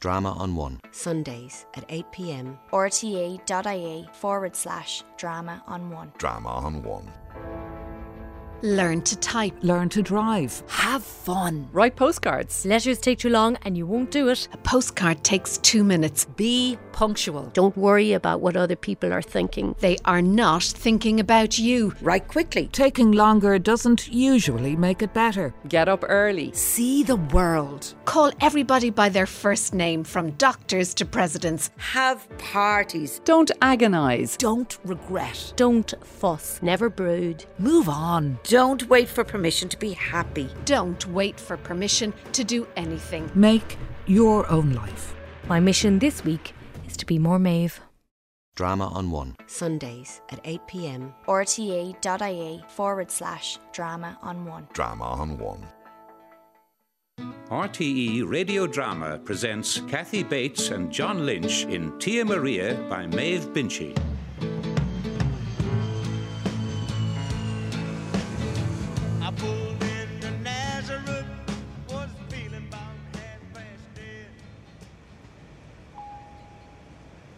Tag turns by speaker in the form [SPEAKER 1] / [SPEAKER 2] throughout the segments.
[SPEAKER 1] Drama on One.
[SPEAKER 2] Sundays at 8 pm.
[SPEAKER 3] E rte.ie forward slash drama on one.
[SPEAKER 4] Drama on One.
[SPEAKER 5] Learn to type.
[SPEAKER 6] Learn to drive.
[SPEAKER 5] Have fun.
[SPEAKER 7] Write postcards.
[SPEAKER 8] Letters take too long and you won't do it.
[SPEAKER 5] A postcard takes two minutes.
[SPEAKER 6] Be punctual.
[SPEAKER 9] Don't worry about what other people are thinking.
[SPEAKER 5] They are not thinking about you.
[SPEAKER 2] Write quickly.
[SPEAKER 6] Taking longer doesn't usually make it better.
[SPEAKER 7] Get up early.
[SPEAKER 6] See the world.
[SPEAKER 5] Call everybody by their first name, from doctors to presidents.
[SPEAKER 2] Have parties.
[SPEAKER 7] Don't agonise.
[SPEAKER 6] Don't regret.
[SPEAKER 9] Don't fuss. Never brood.
[SPEAKER 6] Move on.
[SPEAKER 2] Don't wait for permission to be happy.
[SPEAKER 5] Don't wait for permission to do anything.
[SPEAKER 6] Make your own life.
[SPEAKER 8] My mission this week is to be more Maeve.
[SPEAKER 1] Drama on One.
[SPEAKER 2] Sundays at 8 pm.
[SPEAKER 3] E rte.ie forward slash drama on one.
[SPEAKER 4] Drama on One.
[SPEAKER 10] RTE E Radio Drama presents Kathy Bates and John Lynch in Tia Maria by Maeve Binchy.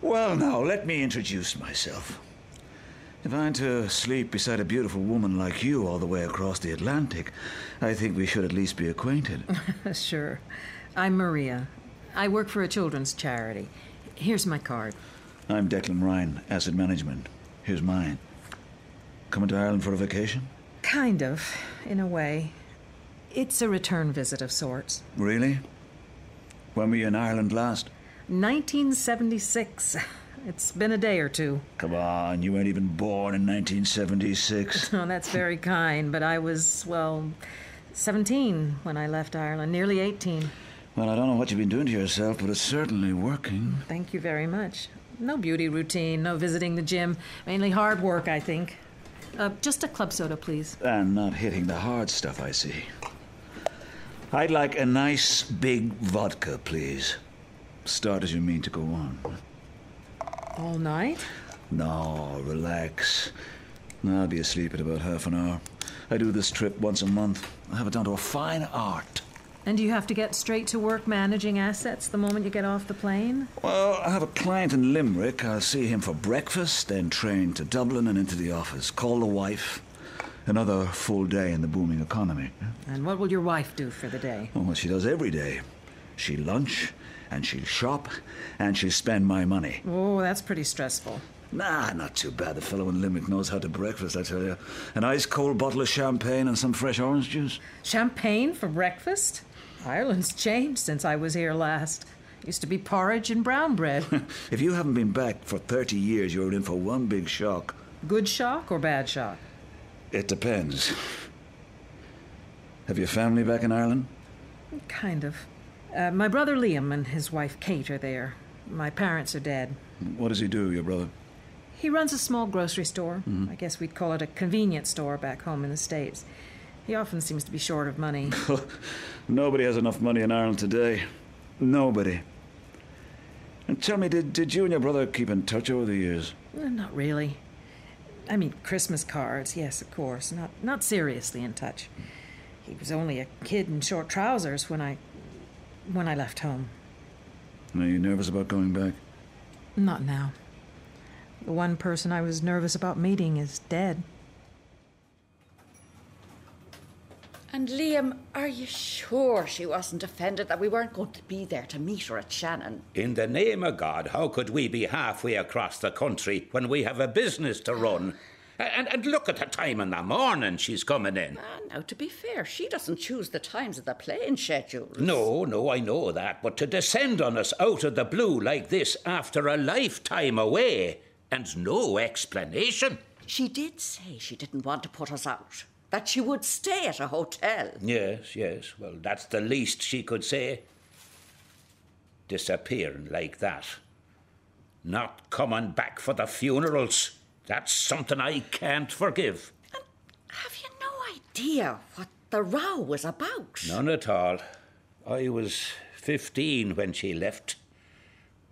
[SPEAKER 11] Well, now, let me introduce myself. If I had to sleep beside a beautiful woman like you all the way across the Atlantic, I think we should at least be acquainted.
[SPEAKER 12] sure. I'm Maria. I work for a children's charity. Here's my card.
[SPEAKER 11] I'm Declan Ryan, Asset Management. Here's mine. Coming to Ireland for a vacation?
[SPEAKER 12] Kind of, in a way. It's a return visit of sorts.
[SPEAKER 11] Really? When were you in Ireland last?
[SPEAKER 12] 1976. It's been a day or two.
[SPEAKER 11] Come on, you weren't even born in 1976.
[SPEAKER 12] Oh, that's very kind, but I was, well, 17 when I left Ireland, nearly 18.
[SPEAKER 11] Well, I don't know what you've been doing to yourself, but it's certainly working.
[SPEAKER 12] Thank you very much. No beauty routine, no visiting the gym, mainly hard work, I think. Uh, just a club soda, please.
[SPEAKER 11] And not hitting the hard stuff, I see. I'd like a nice big vodka, please. Start as you mean to go on.
[SPEAKER 12] All night?
[SPEAKER 11] No, relax. I'll be asleep in about half an hour. I do this trip once a month. I have it down to a fine art.
[SPEAKER 12] And you have to get straight to work managing assets the moment you get off the plane?
[SPEAKER 11] Well, I have a client in Limerick. I'll see him for breakfast, then train to Dublin and into the office. Call the wife. Another full day in the booming economy.
[SPEAKER 12] And what will your wife do for the day?
[SPEAKER 11] Oh, well, she does every day. She lunch, and she'll shop, and she'll spend my money.
[SPEAKER 12] Oh, that's pretty stressful.
[SPEAKER 11] Nah, not too bad. The fellow in Limerick knows how to breakfast, I tell you. An ice cold bottle of champagne and some fresh orange juice.
[SPEAKER 12] Champagne for breakfast? Ireland's changed since I was here last. It used to be porridge and brown bread.
[SPEAKER 11] if you haven't been back for 30 years, you're in for one big shock.
[SPEAKER 12] Good shock or bad shock?
[SPEAKER 11] It depends. Have your family back in Ireland?
[SPEAKER 12] Kind of. Uh, my brother Liam and his wife Kate are there. My parents are dead.
[SPEAKER 11] What does he do, your brother?
[SPEAKER 12] He runs a small grocery store. Mm-hmm. I guess we'd call it a convenience store back home in the States. He often seems to be short of money.
[SPEAKER 11] Nobody has enough money in Ireland today. Nobody. And tell me, did, did you and your brother keep in touch over the years?
[SPEAKER 12] Eh, Not really. I mean, Christmas cards, yes, of course. Not, not seriously in touch. He was only a kid in short trousers when I when I left home.
[SPEAKER 11] Are you nervous about going back?
[SPEAKER 12] Not now. The one person I was nervous about meeting is dead.
[SPEAKER 13] And Liam, are you sure she wasn't offended that we weren't going to be there to meet her at Shannon?
[SPEAKER 10] In the name of God, how could we be halfway across the country when we have a business to run? And, and look at the time in the morning she's coming in.
[SPEAKER 13] Ah, now, to be fair, she doesn't choose the times of the plane schedules.
[SPEAKER 10] No, no, I know that. But to descend on us out of the blue like this after a lifetime away and no explanation.
[SPEAKER 13] She did say she didn't want to put us out, that she would stay at a hotel.
[SPEAKER 10] Yes, yes. Well, that's the least she could say. Disappearing like that. Not coming back for the funerals. That's something I can't forgive.
[SPEAKER 13] And have you no idea what the row was about?
[SPEAKER 10] None at all. I was 15 when she left.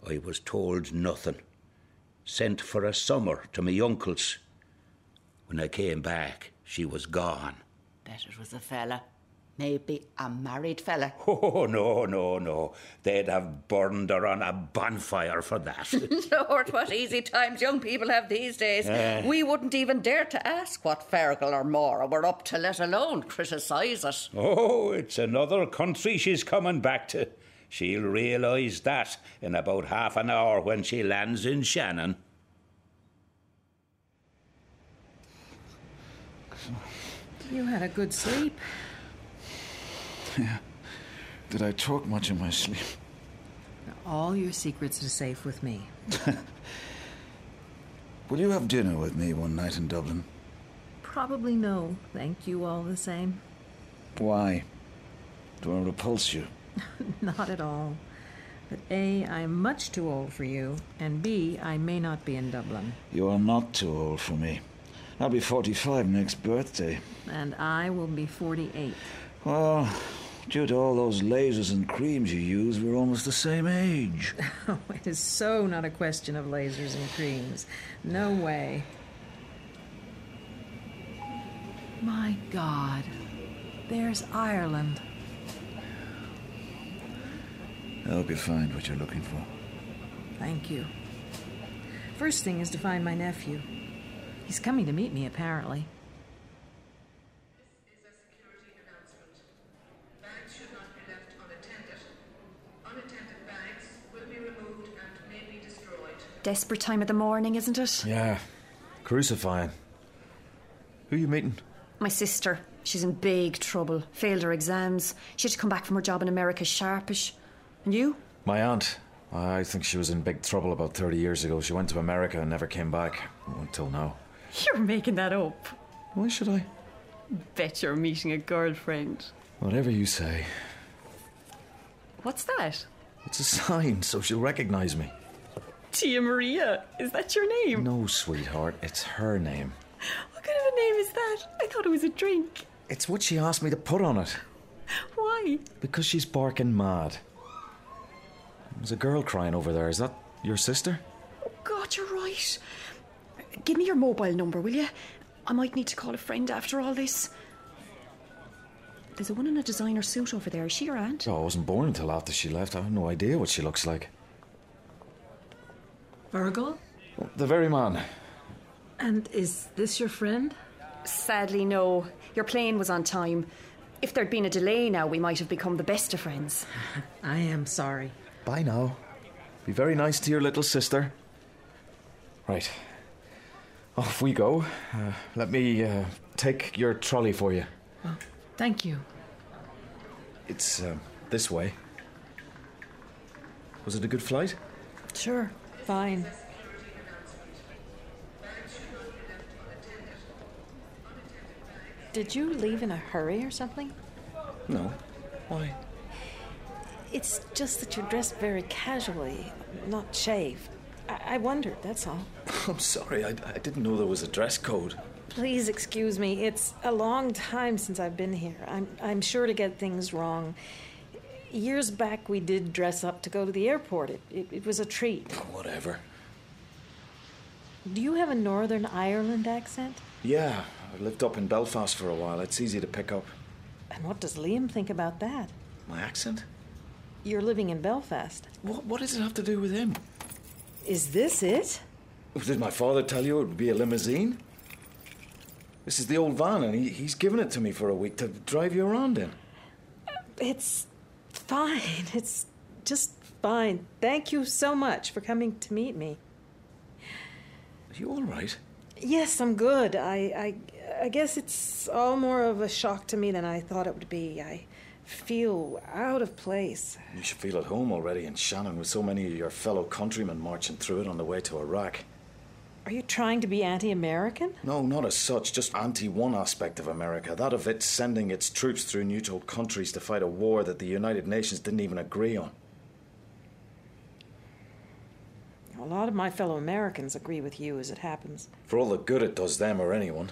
[SPEAKER 10] I was told nothing. Sent for a summer to my uncle's. When I came back, she was gone.
[SPEAKER 13] Bet it was a fella. Maybe a married fella.
[SPEAKER 10] Oh, no, no, no. They'd have burned her on a bonfire for that.
[SPEAKER 13] Lord, what easy times young people have these days.
[SPEAKER 10] Eh.
[SPEAKER 13] We wouldn't even dare to ask what Fergal or Mora were up to, let alone criticise it.
[SPEAKER 10] oh, it's another country she's coming back to. She'll realise that in about half an hour when she lands in Shannon.
[SPEAKER 12] You had a good sleep.
[SPEAKER 11] Yeah. Did I talk much in my sleep?
[SPEAKER 12] All your secrets are safe with me.
[SPEAKER 11] Will you have dinner with me one night in Dublin?
[SPEAKER 12] Probably no. Thank you all the same.
[SPEAKER 11] Why? Do I repulse you?
[SPEAKER 12] Not at all. But A, I'm much too old for you, and B, I may not be in Dublin.
[SPEAKER 11] You are not too old for me. I'll be 45 next birthday.
[SPEAKER 12] And I will be 48.
[SPEAKER 11] Well, due to all those lasers and creams you use, we're almost the same age.
[SPEAKER 12] Oh, it is so not a question of lasers and creams. No way. My God. There's Ireland.
[SPEAKER 11] I hope you find what you're looking for.
[SPEAKER 12] Thank you. First thing is to find my nephew. He's coming to meet me, apparently.
[SPEAKER 3] Desperate time of the morning, isn't it?
[SPEAKER 14] Yeah. Crucifying. Who you meeting?
[SPEAKER 3] My sister. She's in big trouble. Failed her exams. She had to come back from her job in America sharpish. And you?
[SPEAKER 14] My aunt. I think she was in big trouble about 30 years ago. She went to America and never came back. Until now.
[SPEAKER 15] You're making that up.
[SPEAKER 14] Why should I?
[SPEAKER 15] Bet you're meeting a girlfriend.
[SPEAKER 14] Whatever you say.
[SPEAKER 15] What's that?
[SPEAKER 14] It's a sign, so she'll recognize me.
[SPEAKER 15] Tia Maria. Is that your name?
[SPEAKER 14] No, sweetheart, it's her name.
[SPEAKER 15] What kind of a name is that? I thought it was a drink.
[SPEAKER 14] It's what she asked me to put on it.
[SPEAKER 15] Why?
[SPEAKER 14] Because she's barking mad. There's a girl crying over there. Is that your sister?
[SPEAKER 3] Oh, God, you're right. Give me your mobile number, will you? I might need to call a friend after all this. There's a one in a designer suit over there. Is she your aunt?
[SPEAKER 14] Oh, I wasn't born until after she left. I have no idea what she looks like.
[SPEAKER 15] Virgil?
[SPEAKER 14] The very man.
[SPEAKER 3] And is this your friend? Sadly, no. Your plane was on time. If there'd been a delay now, we might have become the best of friends.
[SPEAKER 12] I am sorry.
[SPEAKER 14] Bye now. Be very nice to your little sister. Right. Off we go. Uh, let me uh, take your trolley for you.
[SPEAKER 12] Thank you.
[SPEAKER 14] It's um, this way. Was it a good flight?
[SPEAKER 3] Sure.
[SPEAKER 12] Fine. Did you leave in a hurry or something?
[SPEAKER 14] No. Why?
[SPEAKER 12] It's just that you're dressed very casually, not shaved. I, I wondered, that's all.
[SPEAKER 14] I'm sorry, I, I didn't know there was a dress code.
[SPEAKER 12] Please excuse me. It's a long time since I've been here. I'm, I'm sure to get things wrong. Years back, we did dress up to go to the airport. It, it, it was a treat.
[SPEAKER 14] Whatever.
[SPEAKER 12] Do you have a Northern Ireland accent?
[SPEAKER 14] Yeah, I lived up in Belfast for a while. It's easy to pick up.
[SPEAKER 12] And what does Liam think about that?
[SPEAKER 14] My accent?
[SPEAKER 12] You're living in Belfast.
[SPEAKER 14] What, what does it have to do with him?
[SPEAKER 12] Is this it?
[SPEAKER 14] Did my father tell you it would be a limousine? This is the old van, and he, he's given it to me for a week to drive you around in.
[SPEAKER 12] It's fine. It's just fine. Thank you so much for coming to meet me.
[SPEAKER 14] Are you all right?
[SPEAKER 12] Yes, I'm good. I, I, I guess it's all more of a shock to me than I thought it would be. I feel out of place.
[SPEAKER 14] You should feel at home already in Shannon with so many of your fellow countrymen marching through it on the way to Iraq.
[SPEAKER 12] Are you trying to be anti American?
[SPEAKER 14] No, not as such, just anti one aspect of America that of it sending its troops through neutral countries to fight a war that the United Nations didn't even agree on.
[SPEAKER 12] A lot of my fellow Americans agree with you, as it happens.
[SPEAKER 14] For all the good it does them or anyone.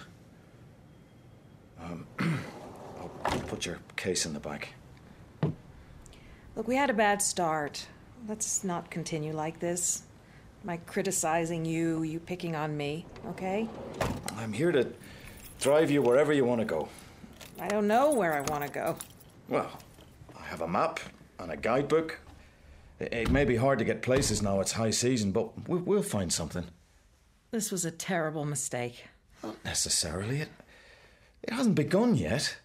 [SPEAKER 14] Um, I'll put your case in the back.
[SPEAKER 12] Look, we had a bad start. Let's not continue like this. My criticizing you, you picking on me, okay?
[SPEAKER 14] I'm here to drive you wherever you want to go.
[SPEAKER 12] I don't know where I want to go.
[SPEAKER 14] Well, I have a map and a guidebook. It, it may be hard to get places now, it's high season, but we, we'll find something.
[SPEAKER 12] This was a terrible mistake.
[SPEAKER 14] Not necessarily. It, it hasn't begun yet.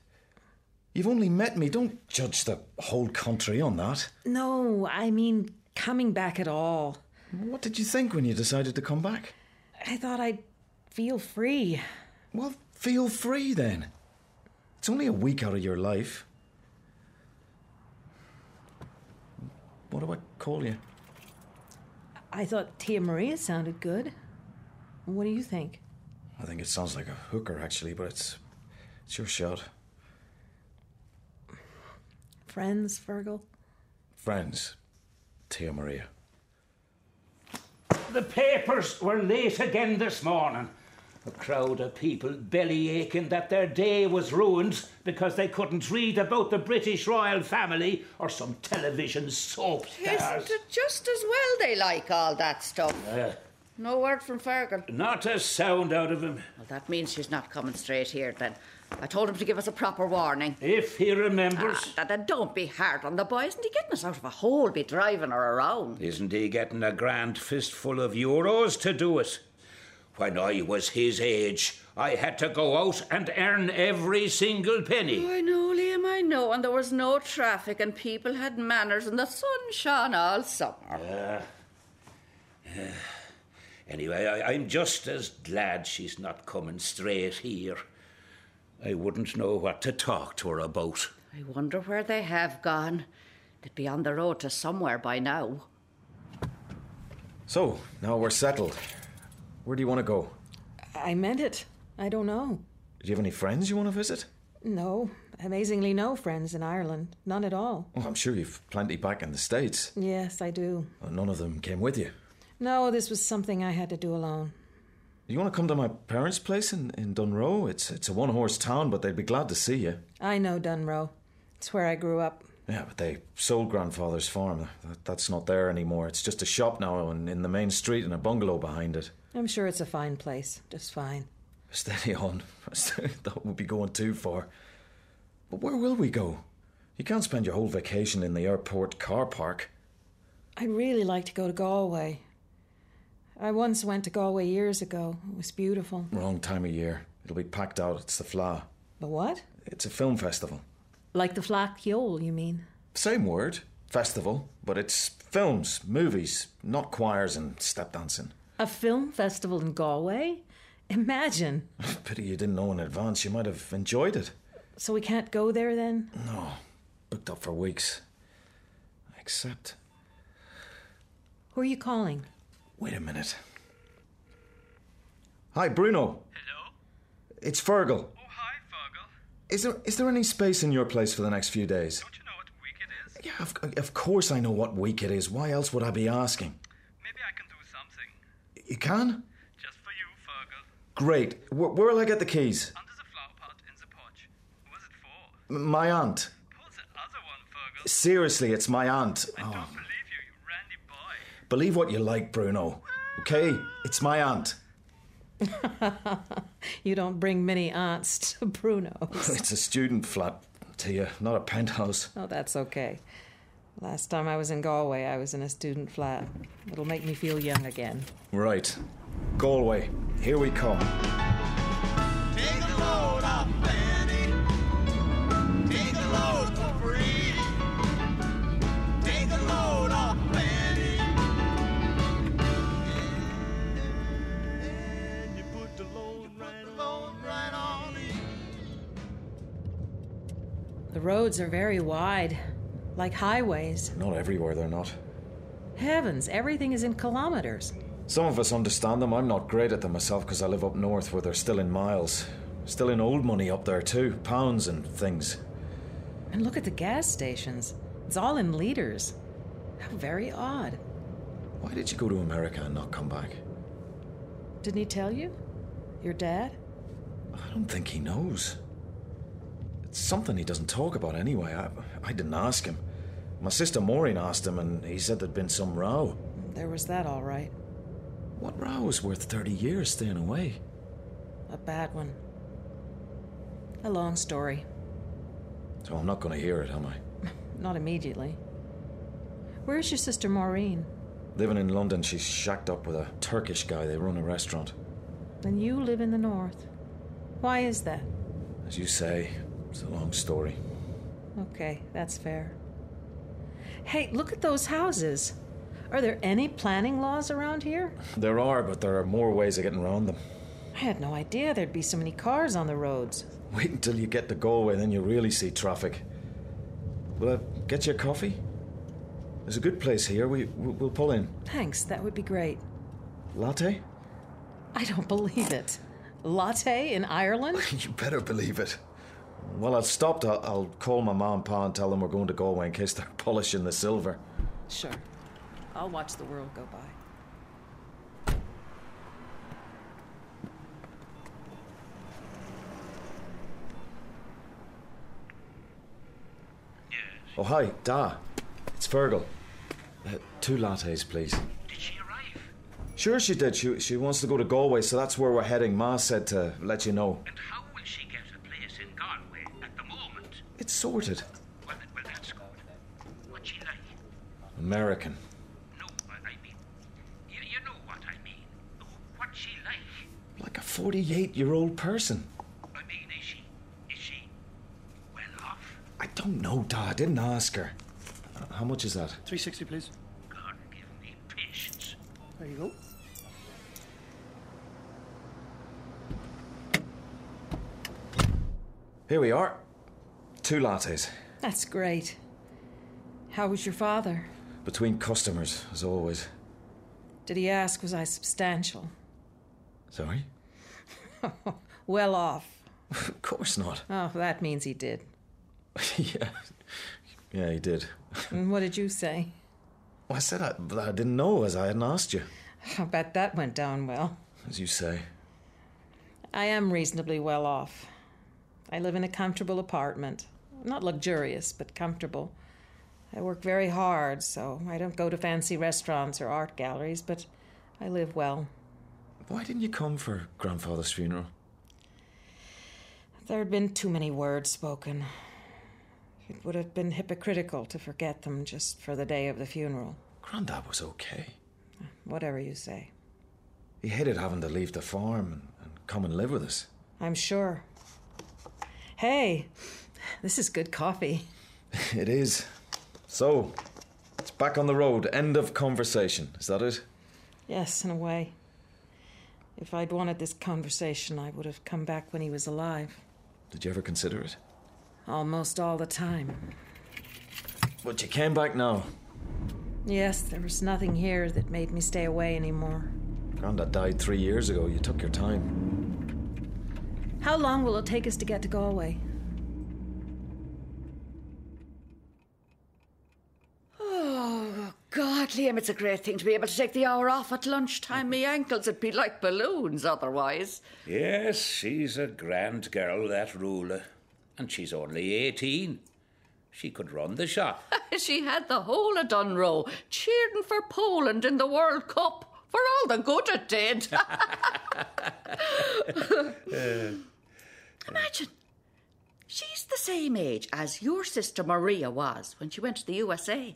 [SPEAKER 14] You've only met me. Don't judge the whole country on that.
[SPEAKER 12] No, I mean coming back at all.
[SPEAKER 14] What did you think when you decided to come back?
[SPEAKER 12] I thought I'd feel free.
[SPEAKER 14] Well, feel free then. It's only a week out of your life. What do I call you?
[SPEAKER 12] I thought Tia Maria sounded good. What do you think?
[SPEAKER 14] I think it sounds like a hooker, actually, but it's it's your shot.
[SPEAKER 12] Friends, Virgil?
[SPEAKER 14] Friends, Tia Maria.
[SPEAKER 10] The papers were late again this morning. A crowd of people belly aching that their day was ruined because they couldn't read about the British royal family or some television soap stars.
[SPEAKER 13] It's just as well they like all that stuff.
[SPEAKER 10] Uh,
[SPEAKER 13] No word from Fergal.
[SPEAKER 10] not a sound out of him.
[SPEAKER 13] Well, that means she's not coming straight here then. I told him to give us a proper warning.
[SPEAKER 10] If he remembers.
[SPEAKER 13] Ah, da- da- don't be hard on the boy. Isn't he getting us out of a hole be driving her around?
[SPEAKER 10] Isn't he getting a grand fistful of euros to do it? When I was his age, I had to go out and earn every single penny.
[SPEAKER 13] I know, Liam, I know. And there was no traffic and people had manners and the sun shone all summer.
[SPEAKER 10] Uh, uh, anyway, I, I'm just as glad she's not coming straight here. I wouldn't know what to talk to her about.
[SPEAKER 13] I wonder where they have gone. They'd be on the road to somewhere by now.
[SPEAKER 14] So, now we're settled. Where do you want to go?
[SPEAKER 12] I meant it. I don't know.
[SPEAKER 14] Do you have any friends you want to visit?
[SPEAKER 12] No, amazingly, no friends in Ireland. None at all.
[SPEAKER 14] Oh, I'm sure you've plenty back in the States.
[SPEAKER 12] Yes, I do.
[SPEAKER 14] Oh, None of them came with you.
[SPEAKER 12] No, this was something I had to do alone.
[SPEAKER 14] You want to come to my parents' place in, in Dunroe? It's, it's a one horse town, but they'd be glad to see you.
[SPEAKER 12] I know Dunrow. It's where I grew up.
[SPEAKER 14] Yeah, but they sold grandfather's farm. That, that's not there anymore. It's just a shop now and in the main street and a bungalow behind it.
[SPEAKER 12] I'm sure it's a fine place. Just fine.
[SPEAKER 14] Steady on. that would be going too far. But where will we go? You can't spend your whole vacation in the airport car park.
[SPEAKER 12] I'd really like to go to Galway. I once went to Galway years ago. It was beautiful.
[SPEAKER 14] Wrong time of year. It'll be packed out. It's the Fla.
[SPEAKER 12] But what?
[SPEAKER 14] It's a film festival.
[SPEAKER 12] Like the Flack Yole, you mean?
[SPEAKER 14] Same word, festival, but it's films, movies, not choirs and step dancing.
[SPEAKER 12] A film festival in Galway? Imagine.
[SPEAKER 14] Pity you didn't know in advance. You might have enjoyed it.
[SPEAKER 12] So we can't go there then?
[SPEAKER 14] No, booked up for weeks. Except,
[SPEAKER 12] Who are you calling?
[SPEAKER 14] wait a minute. Hi, Bruno. Hello. It's Fergal. Oh, hi, Fergal. Is there is there any space in your place for the next few days? Don't you know what week it is? Yeah, of, of course I know what week it is. Why else would I be asking? Maybe I can do something. You can? Just for you, Fergal. Great. Where, where'll I get the keys? Under the flower pot in the porch. Who was it for? my aunt. Seriously, it's my aunt. Oh, I don't believe you, you randy boy. Believe what you like, Bruno. Okay? It's my aunt.
[SPEAKER 12] You don't bring many aunts to Bruno's.
[SPEAKER 14] It's a student flat, Tia, not a penthouse.
[SPEAKER 12] oh, that's okay. Last time I was in Galway, I was in a student flat. It'll make me feel young again.
[SPEAKER 14] Right. Galway, here we come.
[SPEAKER 16] Take a load off Fanny. Take a load for free. Take a load off Fanny. And you put the load right on, right on me.
[SPEAKER 12] The roads are very wide, like highways.
[SPEAKER 14] Not everywhere, they're not.
[SPEAKER 12] Heavens, everything is in kilometers.
[SPEAKER 14] Some of us understand them. I'm not great at them myself because I live up north where they're still in miles. Still in old money up there, too. Pounds and things.
[SPEAKER 12] And look at the gas stations. It's all in liters. How very odd.
[SPEAKER 14] Why did you go to America and not come back?
[SPEAKER 12] Didn't he tell you? Your dad?
[SPEAKER 14] I don't think he knows. It's something he doesn't talk about anyway. I, I didn't ask him. My sister Maureen asked him, and he said there'd been some row.
[SPEAKER 12] There was that, all right.
[SPEAKER 14] What row was worth 30 years staying away?
[SPEAKER 12] A bad one. A long story.
[SPEAKER 14] So I'm not going to hear it, am I?
[SPEAKER 12] Not immediately. Where's your sister Maureen?
[SPEAKER 14] Living in London, she's shacked up with a Turkish guy. They run a restaurant.
[SPEAKER 12] And you live in the north. Why is that?
[SPEAKER 14] As you say, it's a long story.
[SPEAKER 12] Okay, that's fair. Hey, look at those houses. Are there any planning laws around here?
[SPEAKER 14] There are, but there are more ways of getting around them.
[SPEAKER 12] I had no idea there'd be so many cars on the roads.
[SPEAKER 14] Wait until you get to Galway, then you really see traffic. Will I get you a coffee? There's a good place here. We, we- we'll pull in.
[SPEAKER 12] Thanks, that would be great.
[SPEAKER 14] Latte?
[SPEAKER 12] I don't believe it. Latte in Ireland?
[SPEAKER 14] You better believe it. Well, I've stopped. I'll, I'll call my mom and pa and tell them we're going to Galway in case they're polishing the silver.
[SPEAKER 12] Sure. I'll watch the world go by.
[SPEAKER 14] Oh, hi, Da. It's Fergal. Uh, two lattes, please. Did she arrive? Sure, she did. She, she wants to go to Galway, so that's where we're heading. Ma said to let you know.
[SPEAKER 17] And how will she get a place in Galway at the moment?
[SPEAKER 14] It's sorted.
[SPEAKER 17] Well, th- well that's good. What she like?
[SPEAKER 14] American.
[SPEAKER 17] No, I, I mean, you, you know what I mean. What she like?
[SPEAKER 14] Like a 48 year old person.
[SPEAKER 17] I mean, is she, is she well off?
[SPEAKER 14] I don't know, Da. I didn't ask her. Uh, How much is that?
[SPEAKER 18] 360, please.
[SPEAKER 17] God, give me patience.
[SPEAKER 18] There you go.
[SPEAKER 14] Here we are. Two lattes.
[SPEAKER 12] That's great. How was your father?
[SPEAKER 14] Between customers, as always.
[SPEAKER 12] Did he ask was I substantial?
[SPEAKER 14] Sorry?
[SPEAKER 12] Well off.
[SPEAKER 14] Of course not.
[SPEAKER 12] Oh, that means he did.
[SPEAKER 14] yeah. Yeah, he did.
[SPEAKER 12] And what did you say?
[SPEAKER 14] Well, I said I, that I didn't know as I hadn't asked you.
[SPEAKER 12] I bet that went down well.
[SPEAKER 14] As you say.
[SPEAKER 12] I am reasonably well off. I live in a comfortable apartment. Not luxurious, but comfortable. I work very hard, so I don't go to fancy restaurants or art galleries, but I live well.
[SPEAKER 14] Why didn't you come for grandfather's funeral?
[SPEAKER 12] There had been too many words spoken. It would have been hypocritical to forget them just for the day of the funeral.
[SPEAKER 14] Grandad was okay.
[SPEAKER 12] Whatever you say.
[SPEAKER 14] He hated having to leave the farm and, and come and live with us.
[SPEAKER 12] I'm sure. Hey, this is good coffee.
[SPEAKER 14] It is. So, it's back on the road. End of conversation. Is that it?
[SPEAKER 12] Yes, in a way. If I'd wanted this conversation, I would have come back when he was alive.
[SPEAKER 14] Did you ever consider it?
[SPEAKER 12] Almost all the time.
[SPEAKER 14] But you came back now.
[SPEAKER 12] Yes, there was nothing here that made me stay away anymore.
[SPEAKER 14] Grandad died three years ago. You took your time.
[SPEAKER 12] How long will it take us to get to Galway?
[SPEAKER 13] Oh, God, Liam, it's a great thing to be able to take the hour off at lunchtime. My ankles would be like balloons otherwise.
[SPEAKER 10] Yes, she's a grand girl, that ruler. And she's only 18. She could run the shop.
[SPEAKER 13] she had the whole of Dunrow cheering for Poland in the World Cup for all the good it did. Imagine, she's the same age as your sister Maria was when she went to the USA.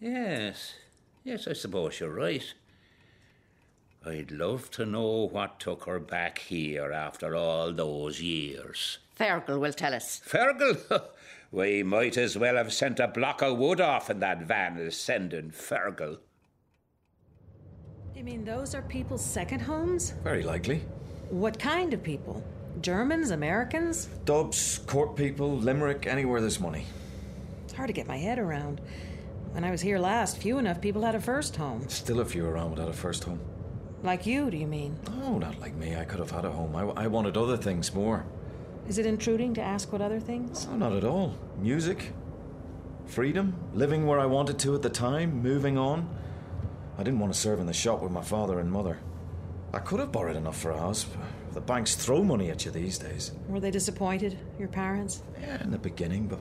[SPEAKER 10] Yes, yes, I suppose you're right. I'd love to know what took her back here after all those years.
[SPEAKER 13] Fergal will tell us.
[SPEAKER 10] Fergal? we might as well have sent a block of wood off in that van as sending Fergal.
[SPEAKER 12] You mean those are people's second homes?
[SPEAKER 14] Very likely.
[SPEAKER 12] What kind of people? Germans? Americans?
[SPEAKER 14] Dobbs, Cork people, Limerick, anywhere there's money.
[SPEAKER 12] It's hard to get my head around. When I was here last, few enough people had a first home.
[SPEAKER 14] Still a few around without a first home.
[SPEAKER 12] Like you, do you mean?
[SPEAKER 14] Oh, not like me. I could have had a home. I, I wanted other things more.
[SPEAKER 12] Is it intruding to ask what other things?
[SPEAKER 14] Oh, not at all. Music, freedom, living where I wanted to at the time, moving on. I didn't want to serve in the shop with my father and mother. I could have borrowed enough for a house. but The banks throw money at you these days.
[SPEAKER 12] Were they disappointed, your parents?
[SPEAKER 14] Yeah, in the beginning, but,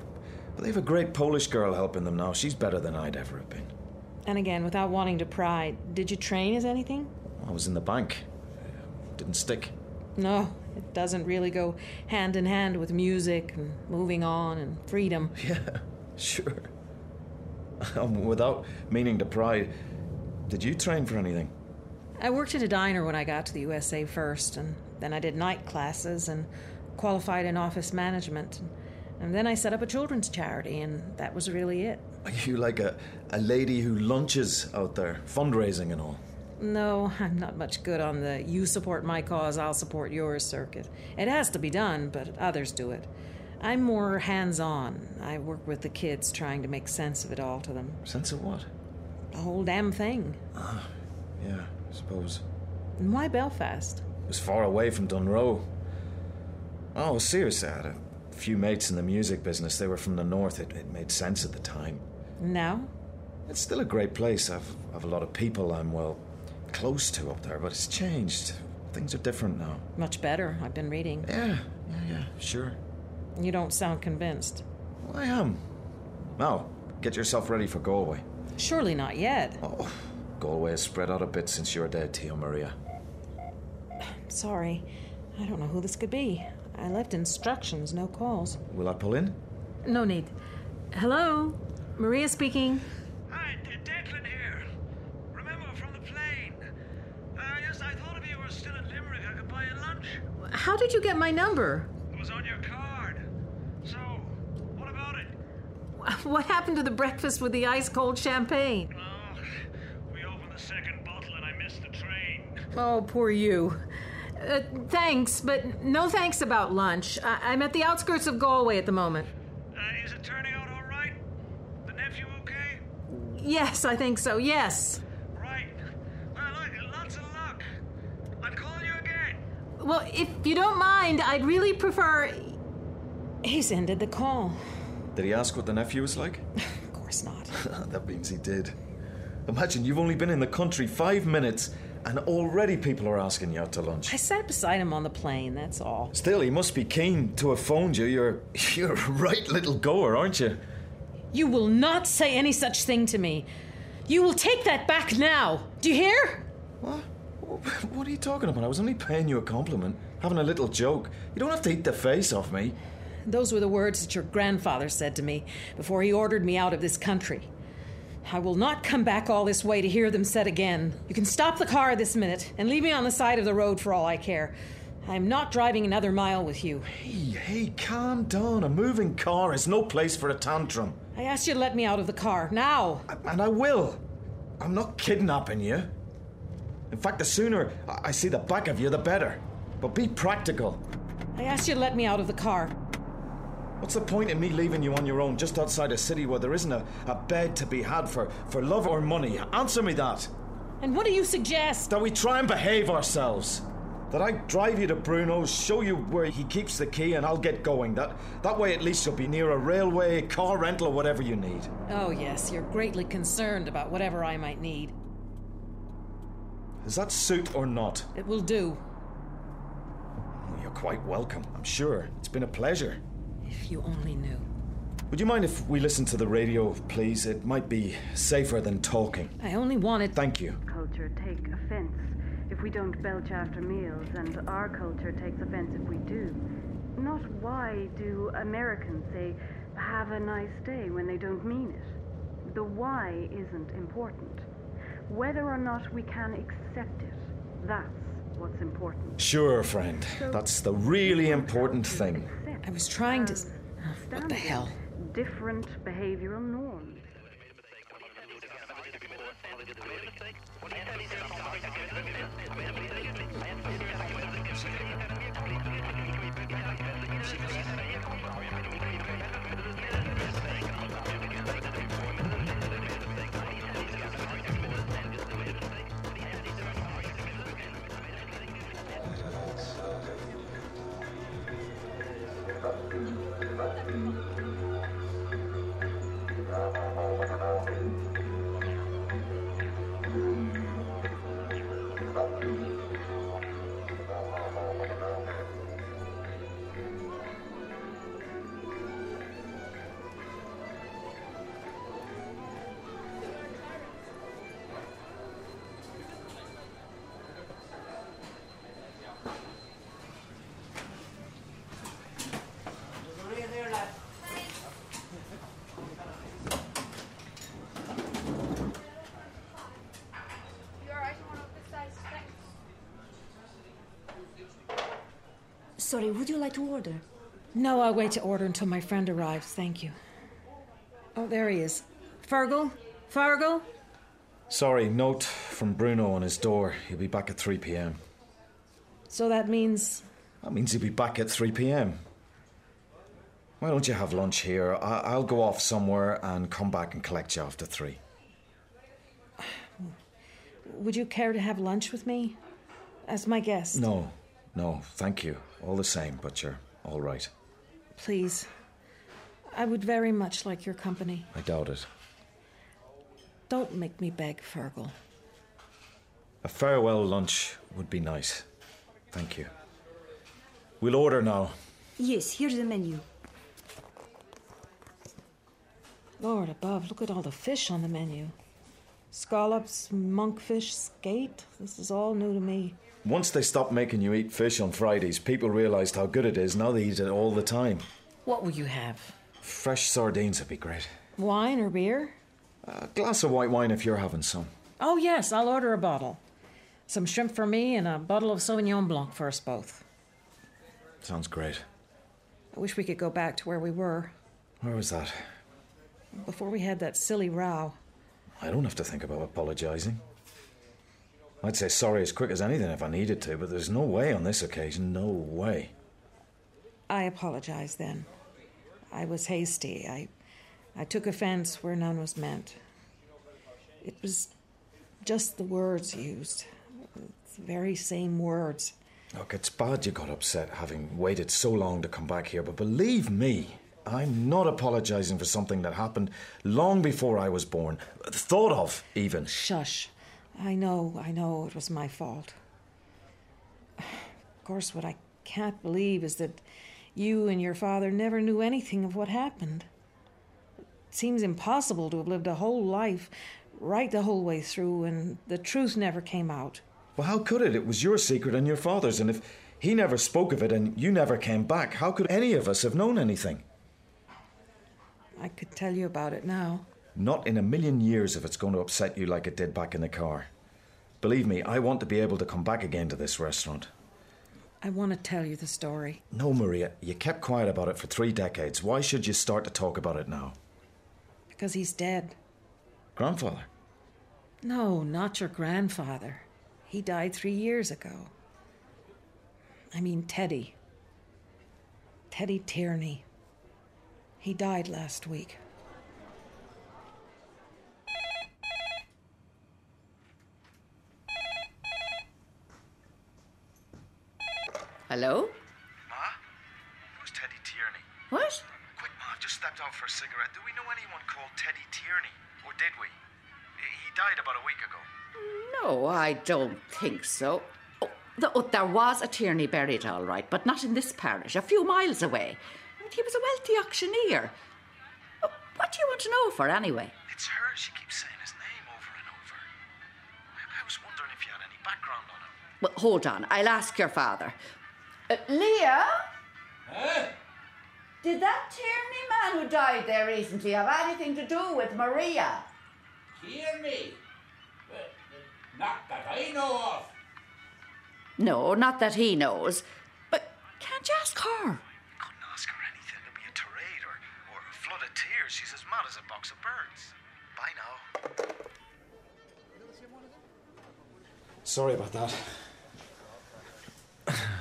[SPEAKER 14] but they have a great Polish girl helping them now. She's better than I'd ever have been.
[SPEAKER 12] And again, without wanting to pry, did you train as anything?
[SPEAKER 14] I was in the bank. Didn't stick.
[SPEAKER 12] No, It doesn't really go hand in hand with music and moving on and freedom.
[SPEAKER 14] Yeah. Sure. Um, without meaning to pry, did you train for anything?
[SPEAKER 12] I worked at a diner when I got to the USA first, and then I did night classes and qualified in office management. And then I set up a children's charity, and that was really it.
[SPEAKER 14] Are you like a, a lady who lunches out there, fundraising and all?
[SPEAKER 12] No, I'm not much good on the you support my cause, I'll support yours circuit. It has to be done, but others do it. I'm more hands on. I work with the kids trying to make sense of it all to them.
[SPEAKER 14] Sense of what?
[SPEAKER 12] The whole damn thing.
[SPEAKER 14] Ah, yeah, I suppose.
[SPEAKER 12] And why Belfast?
[SPEAKER 14] It was far away from Dunroe. Oh, seriously, I had a few mates in the music business. They were from the north. It, it made sense at the time.
[SPEAKER 12] Now?
[SPEAKER 14] It's still a great place. I've, I've a lot of people I'm, well, close to up there, but it's changed. Things are different now.
[SPEAKER 12] Much better. I've been reading.
[SPEAKER 14] Yeah, yeah, yeah, sure.
[SPEAKER 12] You don't sound convinced.
[SPEAKER 14] Well, I am. Now, get yourself ready for Galway.
[SPEAKER 12] Surely not yet.
[SPEAKER 14] Oh, Galway has spread out a bit since your day, Tia Maria.
[SPEAKER 12] Sorry. I don't know who this could be. I left instructions, no calls.
[SPEAKER 14] Will I pull in?
[SPEAKER 12] No need. Hello? Maria speaking.
[SPEAKER 16] Hi, De- Declan here. Remember from the plane? Uh, yes, I thought if you were still in Limerick, I could buy you lunch.
[SPEAKER 12] How did you get my number?
[SPEAKER 16] It was on your card. So, what about it?
[SPEAKER 12] What happened to the breakfast with the ice cold champagne?
[SPEAKER 16] Oh, we opened the second bottle and I missed the train.
[SPEAKER 12] Oh, poor you. Uh, thanks, but no thanks about lunch. I- I'm at the outskirts of Galway at the moment.
[SPEAKER 16] Uh, is it turning out all right? The nephew okay?
[SPEAKER 12] Yes, I think so, yes.
[SPEAKER 16] Right. Well, look, lots of luck. I'll call you again.
[SPEAKER 12] Well, if you don't mind, I'd really prefer. He's ended the call.
[SPEAKER 14] Did he ask what the nephew was like?
[SPEAKER 12] Of course not.
[SPEAKER 14] that means he did. Imagine you've only been in the country five minutes and already people are asking you out to lunch.
[SPEAKER 12] I sat beside him on the plane, that's all.
[SPEAKER 14] Still, he must be keen to have phoned you. You're, you're a right little goer, aren't you?
[SPEAKER 12] You will not say any such thing to me. You will take that back now. Do you hear?
[SPEAKER 14] What? What are you talking about? I was only paying you a compliment, having a little joke. You don't have to eat the face off me.
[SPEAKER 12] Those were the words that your grandfather said to me before he ordered me out of this country. I will not come back all this way to hear them said again. You can stop the car this minute and leave me on the side of the road for all I care. I am not driving another mile with you.
[SPEAKER 14] Hey, hey, calm down. A moving car is no place for a tantrum.
[SPEAKER 12] I asked you to let me out of the car now.
[SPEAKER 14] And I will. I'm not kidnapping you. In fact, the sooner I I see the back of you, the better. But be practical.
[SPEAKER 12] I asked you to let me out of the car.
[SPEAKER 14] What's the point in me leaving you on your own just outside a city where there isn't a, a bed to be had for, for love or money? Answer me that.
[SPEAKER 12] And what do you suggest?
[SPEAKER 14] That we try and behave ourselves. That I drive you to Bruno's, show you where he keeps the key, and I'll get going. That that way at least you'll be near a railway, car rental, or whatever you need.
[SPEAKER 12] Oh, yes, you're greatly concerned about whatever I might need.
[SPEAKER 14] Does that suit or not? Oh,
[SPEAKER 12] It will do.
[SPEAKER 14] You're quite welcome, I'm sure. It's been a pleasure.
[SPEAKER 12] If you only knew.
[SPEAKER 14] Would you mind if we listen to the radio, please? It might be safer than talking.
[SPEAKER 12] I only wanted.
[SPEAKER 14] Thank you.
[SPEAKER 18] Culture take offense if we don't belch after meals, and our culture takes offense if we do. Not why do Americans say, have a nice day when they don't mean it. The why isn't important. Whether or not we can accept it, that's what's important.
[SPEAKER 14] Sure, friend. That's the really important thing.
[SPEAKER 12] I was trying to. What the hell?
[SPEAKER 18] Um, Different behavioral norms.
[SPEAKER 3] Sorry, would you like to order?
[SPEAKER 12] No, I'll wait to order until my friend arrives. Thank you. Oh, there he is. Fargo? Fargo?
[SPEAKER 14] Sorry, note from Bruno on his door. He'll be back at 3 pm.
[SPEAKER 12] So that means.
[SPEAKER 14] That means he'll be back at 3 pm. Why don't you have lunch here? I- I'll go off somewhere and come back and collect you after 3.
[SPEAKER 12] Would you care to have lunch with me? As my guest?
[SPEAKER 14] No, no, thank you. All the same, but you're all right.
[SPEAKER 12] Please. I would very much like your company.
[SPEAKER 14] I doubt it.
[SPEAKER 12] Don't make me beg, Fergal.
[SPEAKER 14] A farewell lunch would be nice. Thank you. We'll order now.
[SPEAKER 19] Yes, here's the menu.
[SPEAKER 12] Lord above, look at all the fish on the menu scallops, monkfish, skate. This is all new to me.
[SPEAKER 14] Once they stopped making you eat fish on Fridays, people realised how good it is. Now they eat it all the time.
[SPEAKER 12] What will you have?
[SPEAKER 14] Fresh sardines would be great.
[SPEAKER 12] Wine or beer?
[SPEAKER 14] A glass of white wine if you're having some.
[SPEAKER 12] Oh, yes, I'll order a bottle. Some shrimp for me and a bottle of Sauvignon Blanc for us both.
[SPEAKER 14] Sounds great.
[SPEAKER 12] I wish we could go back to where we were
[SPEAKER 14] Where was that?
[SPEAKER 12] before we had that silly row.
[SPEAKER 14] I don't have to think about apologising. I'd say sorry as quick as anything if I needed to, but there's no way on this occasion. No way.
[SPEAKER 12] I apologize then. I was hasty. I, I took offense where none was meant. It was just the words used, It's the very same words.
[SPEAKER 14] Look, it's bad you got upset having waited so long to come back here, but believe me, I'm not apologising for something that happened long before I was born, thought of even.
[SPEAKER 12] Shush. I know, I know it was my fault. Of course, what I can't believe is that you and your father never knew anything of what happened. It seems impossible to have lived a whole life right the whole way through and the truth never came out.
[SPEAKER 14] Well, how could it? It was your secret and your father's, and if he never spoke of it and you never came back, how could any of us have known anything?
[SPEAKER 12] I could tell you about it now.
[SPEAKER 14] Not in a million years if it's going to upset you like it did back in the car. Believe me, I want to be able to come back again to this restaurant.
[SPEAKER 12] I want to tell you the story.
[SPEAKER 14] No, Maria, you kept quiet about it for three decades. Why should you start to talk about it now?
[SPEAKER 12] Because he's dead.
[SPEAKER 14] Grandfather?
[SPEAKER 12] No, not your grandfather. He died three years ago. I mean, Teddy. Teddy Tierney. He died last week.
[SPEAKER 13] Hello?
[SPEAKER 16] Ma? Who's Teddy Tierney?
[SPEAKER 13] What?
[SPEAKER 16] Quick, Ma, I've Ah, just stepped out for a cigarette. Do we know anyone called Teddy Tierney? Or did we? He- He died about a week ago.
[SPEAKER 13] No, I don't think so. Oh, th- oh, there was a Tierney buried, all right, but not in this parish, a few miles away. And he was a wealthy auctioneer. Oh, What do you want to know for, anyway?
[SPEAKER 16] It's her. She keeps saying his name over and over. I I was wondering if you had any background on him.
[SPEAKER 13] Well, hold on, I'll ask your father. Uh, Leah? Did that Tierney man who died there recently have anything to do with Maria?
[SPEAKER 17] Tierney? Well, not that I know of.
[SPEAKER 13] No, not that he knows. But can't you ask her?
[SPEAKER 16] Couldn't ask her anything. There'd be a tirade or, or a flood of tears. She's as mad as a box of birds. Bye now.
[SPEAKER 14] Sorry about that.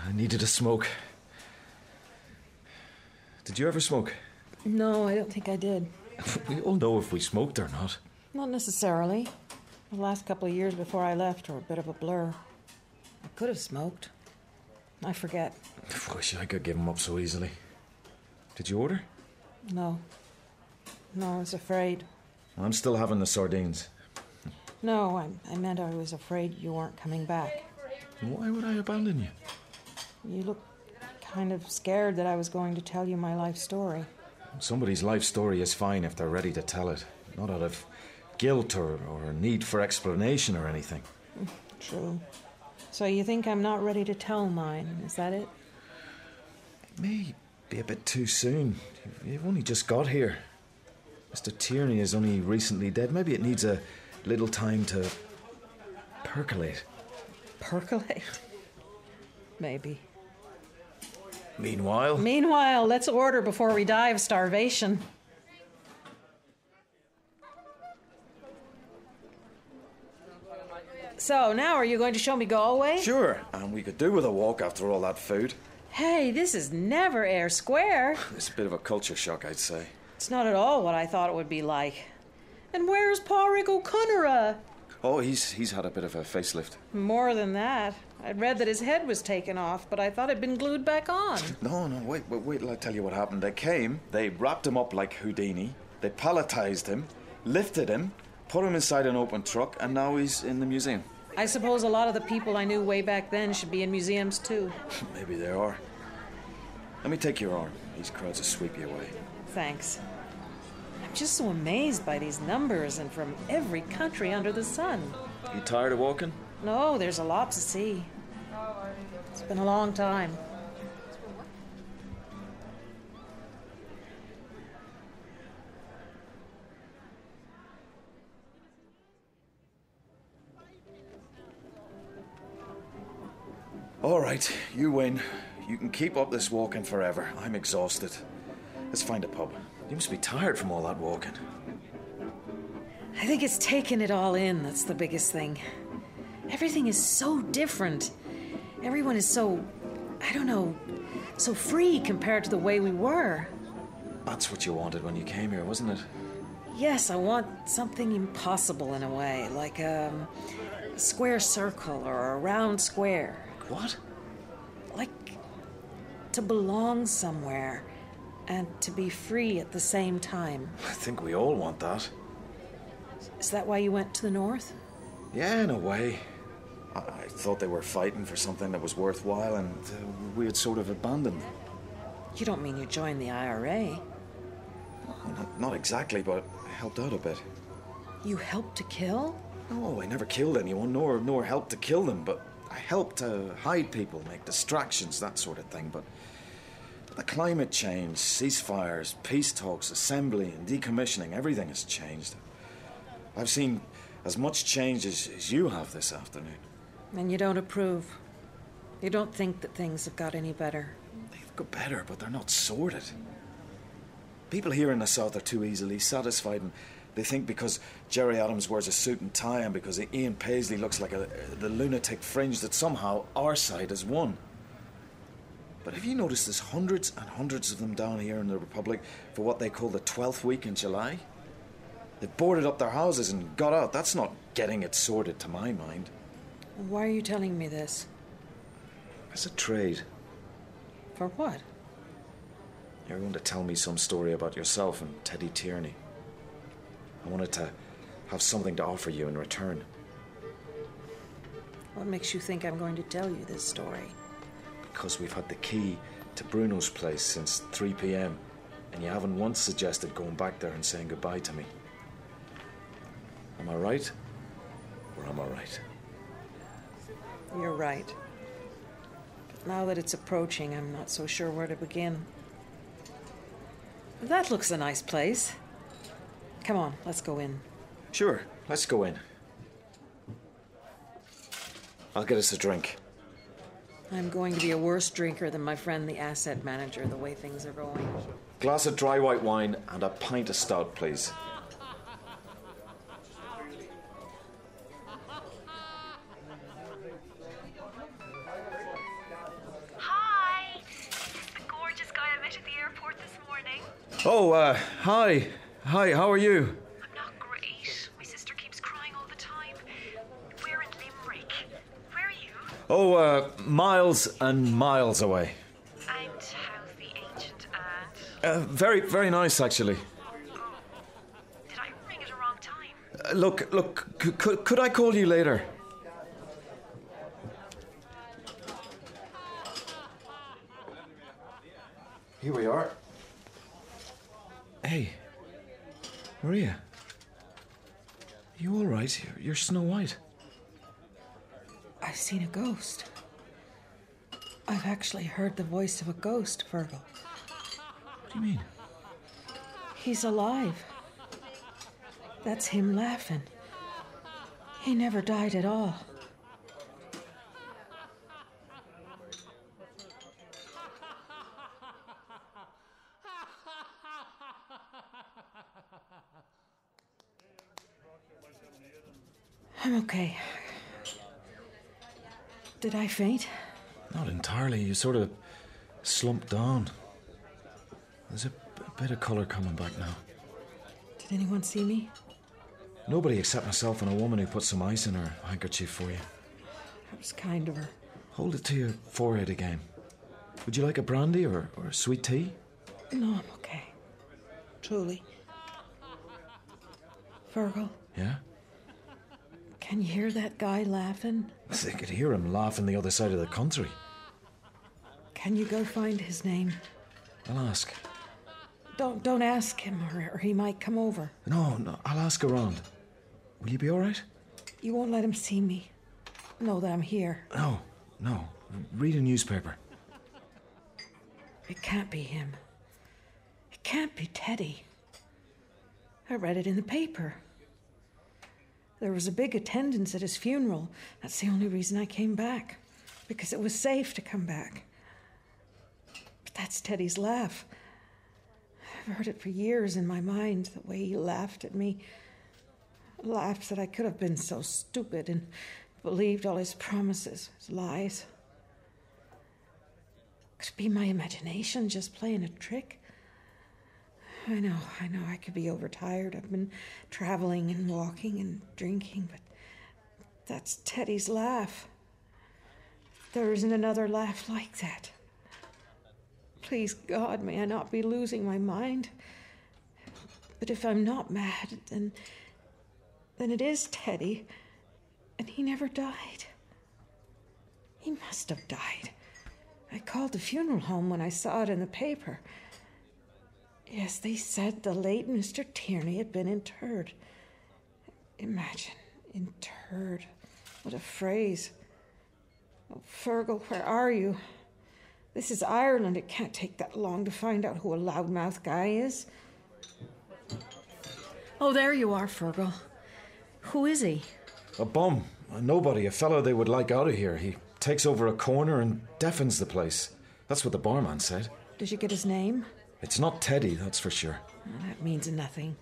[SPEAKER 14] I needed a smoke. Did you ever smoke?
[SPEAKER 12] No, I don't think I did.
[SPEAKER 14] We all know if we smoked or not.
[SPEAKER 12] Not necessarily. The last couple of years before I left were a bit of a blur. I could have smoked. I forget.
[SPEAKER 14] I wish I could give him up so easily. Did you order?
[SPEAKER 12] No. No, I was afraid.
[SPEAKER 14] I'm still having the sardines.
[SPEAKER 12] No, I, I meant I was afraid you weren't coming back.
[SPEAKER 14] Why would I abandon you?
[SPEAKER 12] You looked kind of scared that I was going to tell you my life story.
[SPEAKER 14] Somebody's life story is fine if they're ready to tell it, not out of guilt or, or need for explanation or anything.
[SPEAKER 12] True. So you think I'm not ready to tell mine, is that it?
[SPEAKER 14] May be a bit too soon. You've- You've only just got here. Mr. Tierney is only recently dead. Maybe it needs a little time to percolate.
[SPEAKER 12] Percolate? Maybe.
[SPEAKER 14] Meanwhile,
[SPEAKER 12] Meanwhile, let's order before we die of starvation. So, now are you going to show me Galway?
[SPEAKER 14] sure, and we could do with a walk after all that food.
[SPEAKER 12] Hey, this is never Air Square.
[SPEAKER 14] It's a bit of a culture shock, I'd say.
[SPEAKER 12] It's not at all what I thought it would be like. And where's Paul Rick O'Connora?
[SPEAKER 14] Oh, he's he's had a bit of a facelift.
[SPEAKER 12] More than that, I'd read that his head was taken off, but I thought it'd been glued back on.
[SPEAKER 14] No, no, wait, wait, wait, till I tell you what happened. They came, they wrapped him up like Houdini, they palletized him, lifted him, put him inside an open truck, and now he's in the museum.
[SPEAKER 12] I suppose a lot of the people I knew way back then should be in museums too.
[SPEAKER 14] Maybe they are. Let me take your arm. These crowds will sweep you away.
[SPEAKER 12] Thanks. I'm just so amazed by these numbers and from every country under the sun.
[SPEAKER 14] You tired of walking?
[SPEAKER 12] No, there's a lot to see. It's been a long time.
[SPEAKER 14] All right, you win. You can keep up this walking forever. I'm exhausted. Let's find a pub. You must be tired from all that walking.
[SPEAKER 12] I think it's taking it all in that's the biggest thing. Everything is so different. Everyone is so, I don't know, so free compared to the way we were.
[SPEAKER 14] That's what you wanted when you came here, wasn't it?
[SPEAKER 12] Yes, I want something impossible in a way, like um, a square circle or a round square.
[SPEAKER 14] What?
[SPEAKER 12] Like to belong somewhere and to be free at the same time.
[SPEAKER 14] I think we all want that.
[SPEAKER 12] Is that why you went to the north?
[SPEAKER 14] Yeah, in a way. I, I thought they were fighting for something that was worthwhile, and uh, we had sort of abandoned them.
[SPEAKER 12] You don't mean you joined the IRA.
[SPEAKER 14] Well, Not, not exactly, but I helped out a bit.
[SPEAKER 12] You helped to kill?
[SPEAKER 14] No, I never killed anyone, nor nor helped to kill them, but I helped to hide people, make distractions, that sort of thing. But, but the climate change, ceasefires, peace talks, assembly, and decommissioning, everything has changed. I've seen as much change as, as you have this afternoon.
[SPEAKER 12] And you don't approve. You don't think that things have got any better.
[SPEAKER 14] They've got better, but they're not sorted. People here in the South are too easily satisfied, and they think because Jerry Adams wears a suit and tie and because Ian Paisley looks like a, the lunatic fringe that somehow our side has won. But have you noticed there's hundreds and hundreds of them down here in the Republic for what they call the 12th week in July? They've boarded up their houses and got out. That's not getting it sorted, to my mind.
[SPEAKER 12] Why are you telling me this?
[SPEAKER 14] It's a trade.
[SPEAKER 12] For what?
[SPEAKER 14] You're going to tell me some story about yourself and Teddy Tierney. I wanted to have something to offer you in return.
[SPEAKER 12] What makes you think I'm going to tell you this story?
[SPEAKER 14] Because we've had the key to Bruno's place since 3 pm, and you haven't once suggested going back there and saying goodbye to me. Am I right? Or am I right?
[SPEAKER 12] You're right. But now that it's approaching, I'm not so sure where to begin. That looks a nice place. Come on, let's go in.
[SPEAKER 14] Sure, let's go in. I'll get us a drink.
[SPEAKER 12] I'm going to be a worse drinker than my friend the asset manager, the way things are going.
[SPEAKER 14] Glass of dry white wine and a pint of stout, please.
[SPEAKER 20] Hi! The gorgeous guy I met at the airport this morning.
[SPEAKER 14] Oh, uh, hi. Hi, how are you?
[SPEAKER 20] I'm not great. My sister keeps crying all the time. We're in Limerick. Where are you?
[SPEAKER 14] Oh, uh, miles and miles away.
[SPEAKER 20] And how's the ancient aunt?
[SPEAKER 14] Uh, very, very nice, actually.
[SPEAKER 20] Did I ring at a wrong time?
[SPEAKER 14] Uh, look, look, c- c- could I call you later? Here we are. Hey, Maria. You all right? You're- You're Snow White.
[SPEAKER 12] I've seen a ghost. I've actually heard the voice of a ghost, Virgil. What
[SPEAKER 14] do you mean?
[SPEAKER 12] He's alive. That's him laughing. He never died at all. I'm okay. Did I faint?
[SPEAKER 14] Not entirely. You sort of slumped down. There's a b- bit of colour coming back now.
[SPEAKER 12] Did anyone see me?
[SPEAKER 14] Nobody except myself and a woman who put some ice in her handkerchief for you.
[SPEAKER 12] That was kind of her.
[SPEAKER 14] Hold it to your forehead again. Would you like a brandy or, or a sweet tea?
[SPEAKER 12] No, I'm okay. Truly. Virgil,
[SPEAKER 14] Yeah?
[SPEAKER 12] can you hear that guy laughing?
[SPEAKER 14] They could hear him laughing the other side of the country.
[SPEAKER 12] Can you go find his name?
[SPEAKER 14] I'll ask.
[SPEAKER 12] Don't don't ask him, or, or he might come over.
[SPEAKER 14] No, no, I'll ask around. Will you be all right?
[SPEAKER 12] You won't let him see me. Know that I'm here.
[SPEAKER 14] No, no. Read a newspaper.
[SPEAKER 12] It can't be him. It can't be Teddy. I read it in the paper. There was a big attendance at his funeral. That's the only reason I came back, because it was safe to come back. But that's Teddy's laugh. I've heard it for years in my mind, the way he laughed at me. Laughed that I could have been so stupid and believed all his promises, his lies. Could it be my imagination just playing a trick? I know, I know, I could be overtired. I've been traveling and walking and drinking, but that's Teddy's laugh. There isn't another laugh like that. Please, God, may I not be losing my mind? But if I'm not mad, then. then it is Teddy. And he never died. He must have died. I called the funeral home when I saw it in the paper. Yes, they said the late Mr. Tierney had been interred. Imagine, interred. What a phrase. Oh, Fergal, where are you? This is Ireland. It can't take that long to find out who a loudmouth guy is. Oh, there you are, Fergal. Who is he?
[SPEAKER 14] A bum, a nobody, a fellow they would like out of here. He takes over a corner and deafens the place. That's what the barman said.
[SPEAKER 12] Did you get his name?
[SPEAKER 14] It's not Teddy, that's for sure.
[SPEAKER 12] Well, that means nothing.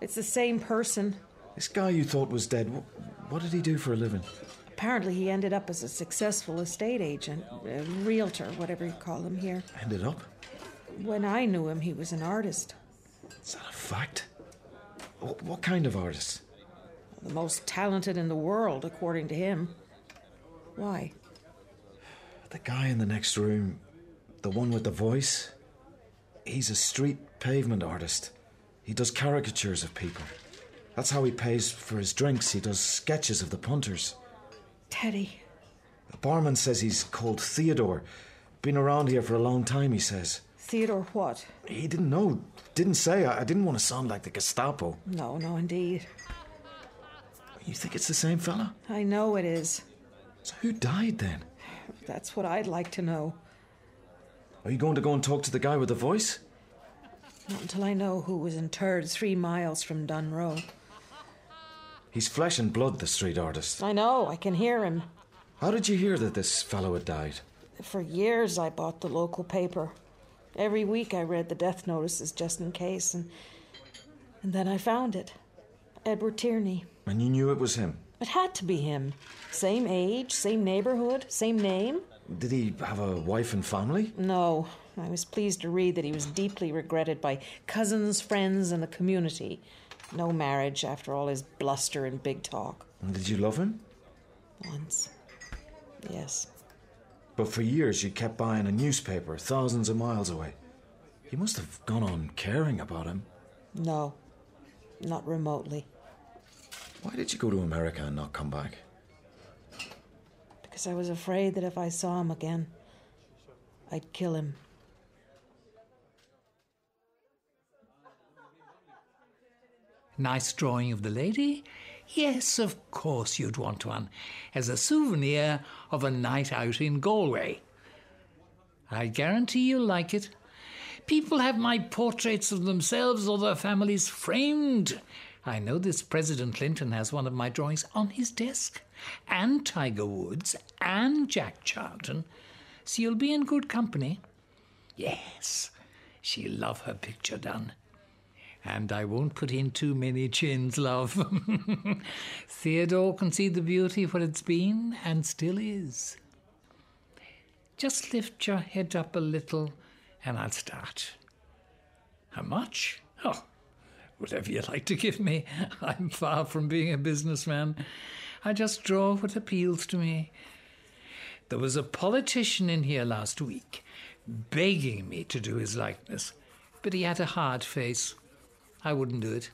[SPEAKER 12] It's the same person.
[SPEAKER 14] This guy you thought was dead, what, what did he do for a living?
[SPEAKER 12] Apparently, he ended up as a successful estate agent, a realtor, whatever you call them here.
[SPEAKER 14] Ended up?
[SPEAKER 12] When I knew him, he was an artist,
[SPEAKER 14] Is that a fact? What, what kind of artist?
[SPEAKER 12] the most talented in the world, according to him. Why?
[SPEAKER 14] The guy in the next room, the one with the voice, he's a street pavement artist. He does caricatures of people. That's how he pays for his drinks. He does sketches of the punters.
[SPEAKER 12] Teddy.
[SPEAKER 14] The barman says he's called Theodore. Been around here for a long time, he says.
[SPEAKER 12] Theodore what?
[SPEAKER 14] He didn't know, didn't say. I, I didn't want to sound like the Gestapo.
[SPEAKER 12] No, no, indeed.
[SPEAKER 14] You think it's the same fella?
[SPEAKER 12] I know it is.
[SPEAKER 14] So who died then?
[SPEAKER 12] That's what I'd like to know.
[SPEAKER 14] Are you going to go and talk to the guy with the voice?
[SPEAKER 12] Not until I know who was interred three miles from Dunrow.
[SPEAKER 14] He's flesh and blood, the street artist.
[SPEAKER 12] I know, I can hear him.
[SPEAKER 14] How did you hear that this fellow had died?
[SPEAKER 12] For years, I bought the local paper. Every week, I read the death notices just in case, and, and then I found it Edward Tierney.
[SPEAKER 14] And you knew it was him.
[SPEAKER 12] It had to be him. Same age, same neighborhood, same name.
[SPEAKER 14] Did he have a wife and family?
[SPEAKER 12] No, I was pleased to read that he was deeply regretted by cousins, friends, and the community. No marriage after all his bluster and big talk.
[SPEAKER 14] And did you love him?
[SPEAKER 12] Once. Yes.
[SPEAKER 14] But for years you kept buying a newspaper thousands of miles away. You must have gone on caring about him.
[SPEAKER 12] No. Not remotely.
[SPEAKER 14] Why did you go to America and not come back?
[SPEAKER 12] Because I was afraid that if I saw him again, I'd kill him.
[SPEAKER 21] Nice drawing of the lady? Yes, of course you'd want one, as a souvenir of a night out in Galway. I guarantee you'll like it. People have my portraits of themselves or their families framed. I know this President Clinton has one of my drawings on his desk, and Tiger Woods, and Jack Charlton, so you'll be in good company. Yes, she'll love her picture done. And I won't put in too many chins, love. Theodore can see the beauty for it's been and still is. Just lift your head up a little and I'll start. How much? Oh, whatever you like to give me. I'm far from being a businessman. I just draw what appeals to me. There was a politician in here last week begging me to do his likeness, but he had a hard face. I wouldn't do it.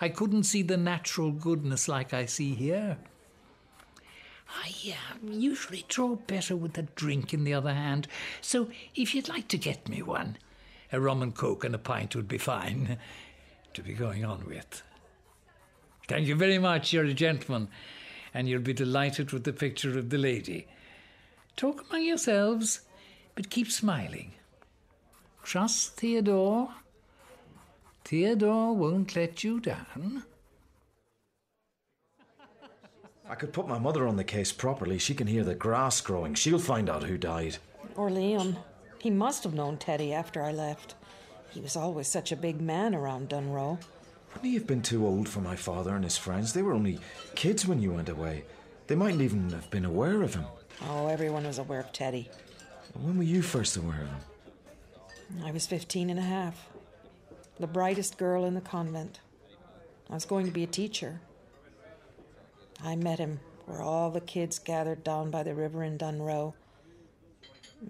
[SPEAKER 21] I couldn't see the natural goodness like I see here. I uh, usually draw better with a drink in the other hand, so if you'd like to get me one, a rum and coke and a pint would be fine to be going on with. Thank you very much, you're a gentleman, and you'll be delighted with the picture of the lady. Talk among yourselves, but keep smiling. Trust Theodore. Theodore won't let you down.
[SPEAKER 14] I could put my mother on the case properly. She can hear the grass growing. She'll find out who died.
[SPEAKER 12] Or Liam. He must have known Teddy after I left. He was always such a big man around Dunrow.
[SPEAKER 14] Wouldn't he have been too old for my father and his friends? They were only kids when you went away. They mightn't even have been aware of him.
[SPEAKER 12] Oh, everyone was aware of Teddy.
[SPEAKER 14] When were you first aware of him?
[SPEAKER 12] I was fifteen and a half, the brightest girl in the convent. I was going to be a teacher. I met him where all the kids gathered down by the river in Dunrow.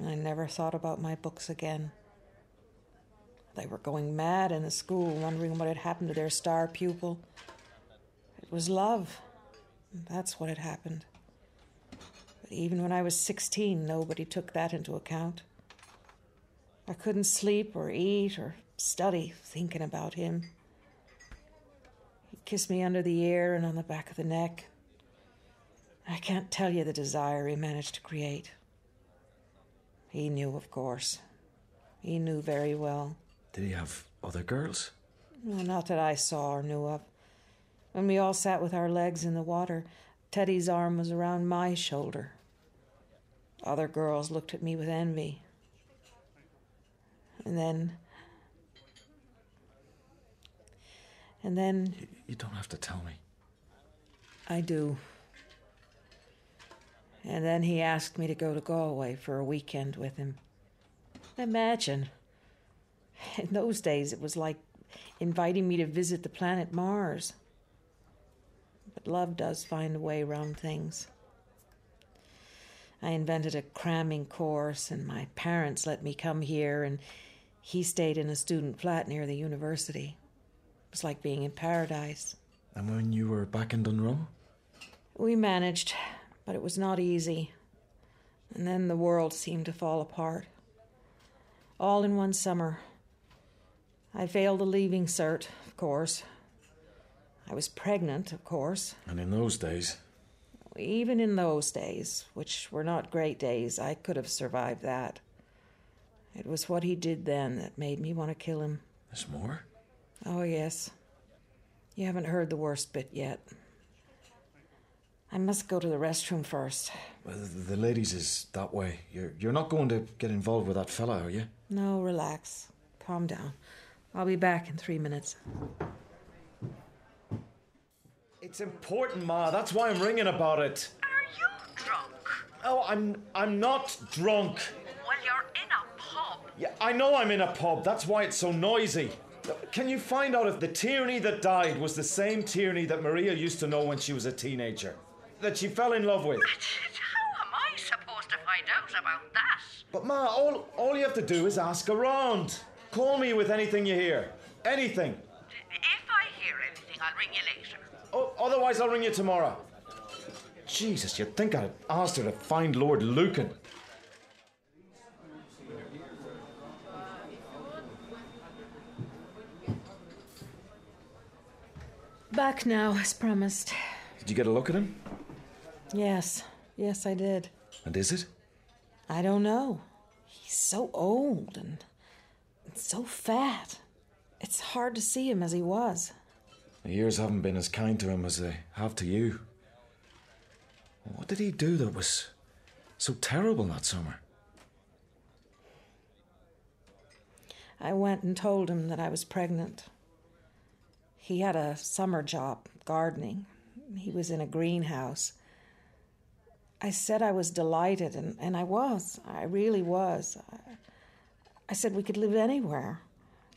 [SPEAKER 12] I never thought about my books again. They were going mad in the school, wondering what had happened to their star pupil. It was love. That's what had happened. But even when I was 16, nobody took that into account. I couldn't sleep or eat or study thinking about him. He kissed me under the ear and on the back of the neck. I can't tell you the desire he managed to create. He knew, of course. He knew very well.
[SPEAKER 14] Did he have other girls?
[SPEAKER 12] Well, not that I saw or knew of. When we all sat with our legs in the water, Teddy's arm was around my shoulder. Other girls looked at me with envy. And then. And then
[SPEAKER 14] You don't have to tell me.
[SPEAKER 12] I do. And then he asked me to go to Galway for a weekend with him. Imagine. In those days, it was like inviting me to visit the planet Mars. But love does find a way round things. I invented a cramming course, and my parents let me come here, and he stayed in a student flat near the university. It was like being in paradise.
[SPEAKER 14] And when you were back in Dunrow?
[SPEAKER 12] We managed, but it was not easy. And then the world seemed to fall apart. All in one summer. I failed the leaving cert, of course. I was pregnant, of course.
[SPEAKER 14] And in those days,
[SPEAKER 12] Even in those days, which were not great days, I could have survived that. It was what he did then that made me want to kill him.
[SPEAKER 14] there's more?
[SPEAKER 12] Oh, yes. You haven't heard the worst bit yet. I must go to the restroom first.
[SPEAKER 14] Well, the the ladies is that way. You're, you're not going to get involved with that fella, are you?
[SPEAKER 12] No, relax. Calm down. I'll be back in three minutes.
[SPEAKER 14] It's important, Ma. That's why I'm ringing about it.
[SPEAKER 20] Are you drunk?
[SPEAKER 14] Oh, I'm I'm not drunk.
[SPEAKER 20] Well, you're in a pub.
[SPEAKER 14] Yeah, I know I'm in a pub. That's why it's so noisy. Can you find out if the tyranny that died was the same tyranny that Maria used to know when she was a teenager, that she fell in love with?
[SPEAKER 20] How am I supposed to find out about that?
[SPEAKER 14] But Ma, all all you have to do is ask around. Call me with anything you hear. Anything.
[SPEAKER 20] If I hear anything, I'll ring you later.
[SPEAKER 14] O- otherwise, I'll ring you tomorrow. Jesus, you'd think I'd asked her to find Lord Lucan.
[SPEAKER 12] Back now, as promised.
[SPEAKER 14] Did you get a look at him?
[SPEAKER 12] Yes, yes, I did.
[SPEAKER 14] And is it?
[SPEAKER 12] I don't know. He's so old and, and so fat. It's hard to see him as he was.
[SPEAKER 14] The years haven't been as kind to him as they have to you. What did he do that was so terrible that summer?
[SPEAKER 12] I went and told him that I was pregnant. He had a summer job gardening. He was in a greenhouse. I said I was delighted, and, and I was. I really was. I, I said we could live anywhere,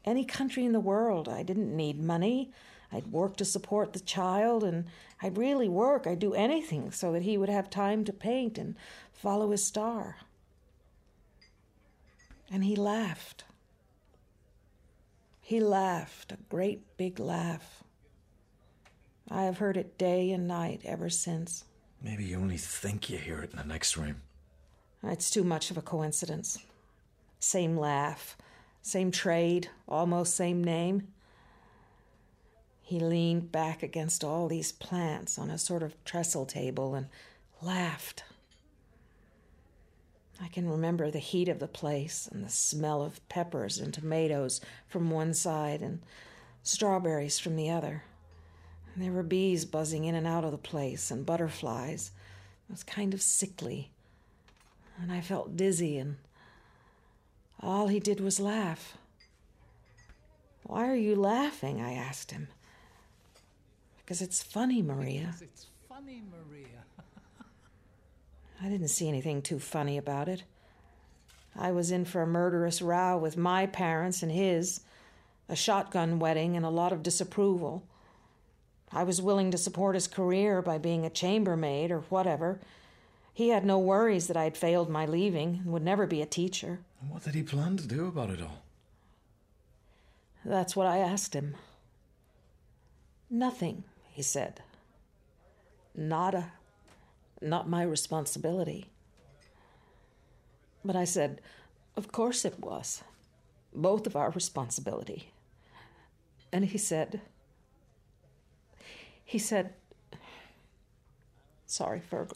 [SPEAKER 12] any country in the world. I didn't need money. I'd work to support the child, and I'd really work. I'd do anything so that he would have time to paint and follow his star. And he laughed. He laughed, a great big laugh. I have heard it day and night ever since.
[SPEAKER 14] Maybe you only think you hear it in the next room.
[SPEAKER 12] It's too much of a coincidence. Same laugh, same trade, almost same name. He leaned back against all these plants on a sort of trestle table and laughed. I can remember the heat of the place and the smell of peppers and tomatoes from one side and strawberries from the other. And there were bees buzzing in and out of the place and butterflies. It was kind of sickly. And I felt dizzy, and all he did was laugh. Why are you laughing? I asked him. Because it's funny, Maria.
[SPEAKER 21] It's funny, Maria.
[SPEAKER 12] I didn't see anything too funny about it. I was in for a murderous row with my parents and his, a shotgun wedding, and a lot of disapproval. I was willing to support his career by being a chambermaid or whatever. He had no worries that I had failed my leaving and would never be a teacher.
[SPEAKER 14] And What did he plan to do about it all?
[SPEAKER 12] That's what I asked him. Nothing, he said. Nada. Not my responsibility. But I said, Of course it was. Both of our responsibility. And he said, He said, Sorry, Fergal.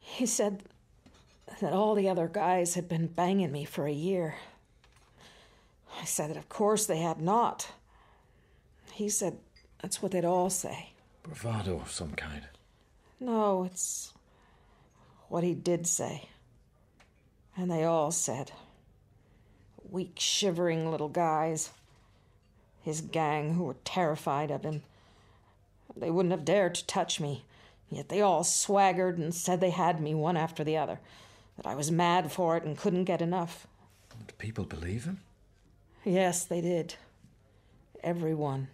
[SPEAKER 12] He said, that all the other guys had been banging me for a year. I said that of course they had not. He said that's what they'd all say.
[SPEAKER 14] Bravado of some kind.
[SPEAKER 12] No, it's what he did say. And they all said. Weak, shivering little guys. His gang who were terrified of him. They wouldn't have dared to touch me, yet they all swaggered and said they had me one after the other that I was mad for it and couldn't get enough.
[SPEAKER 14] Did people believe him?
[SPEAKER 12] Yes, they did. Everyone.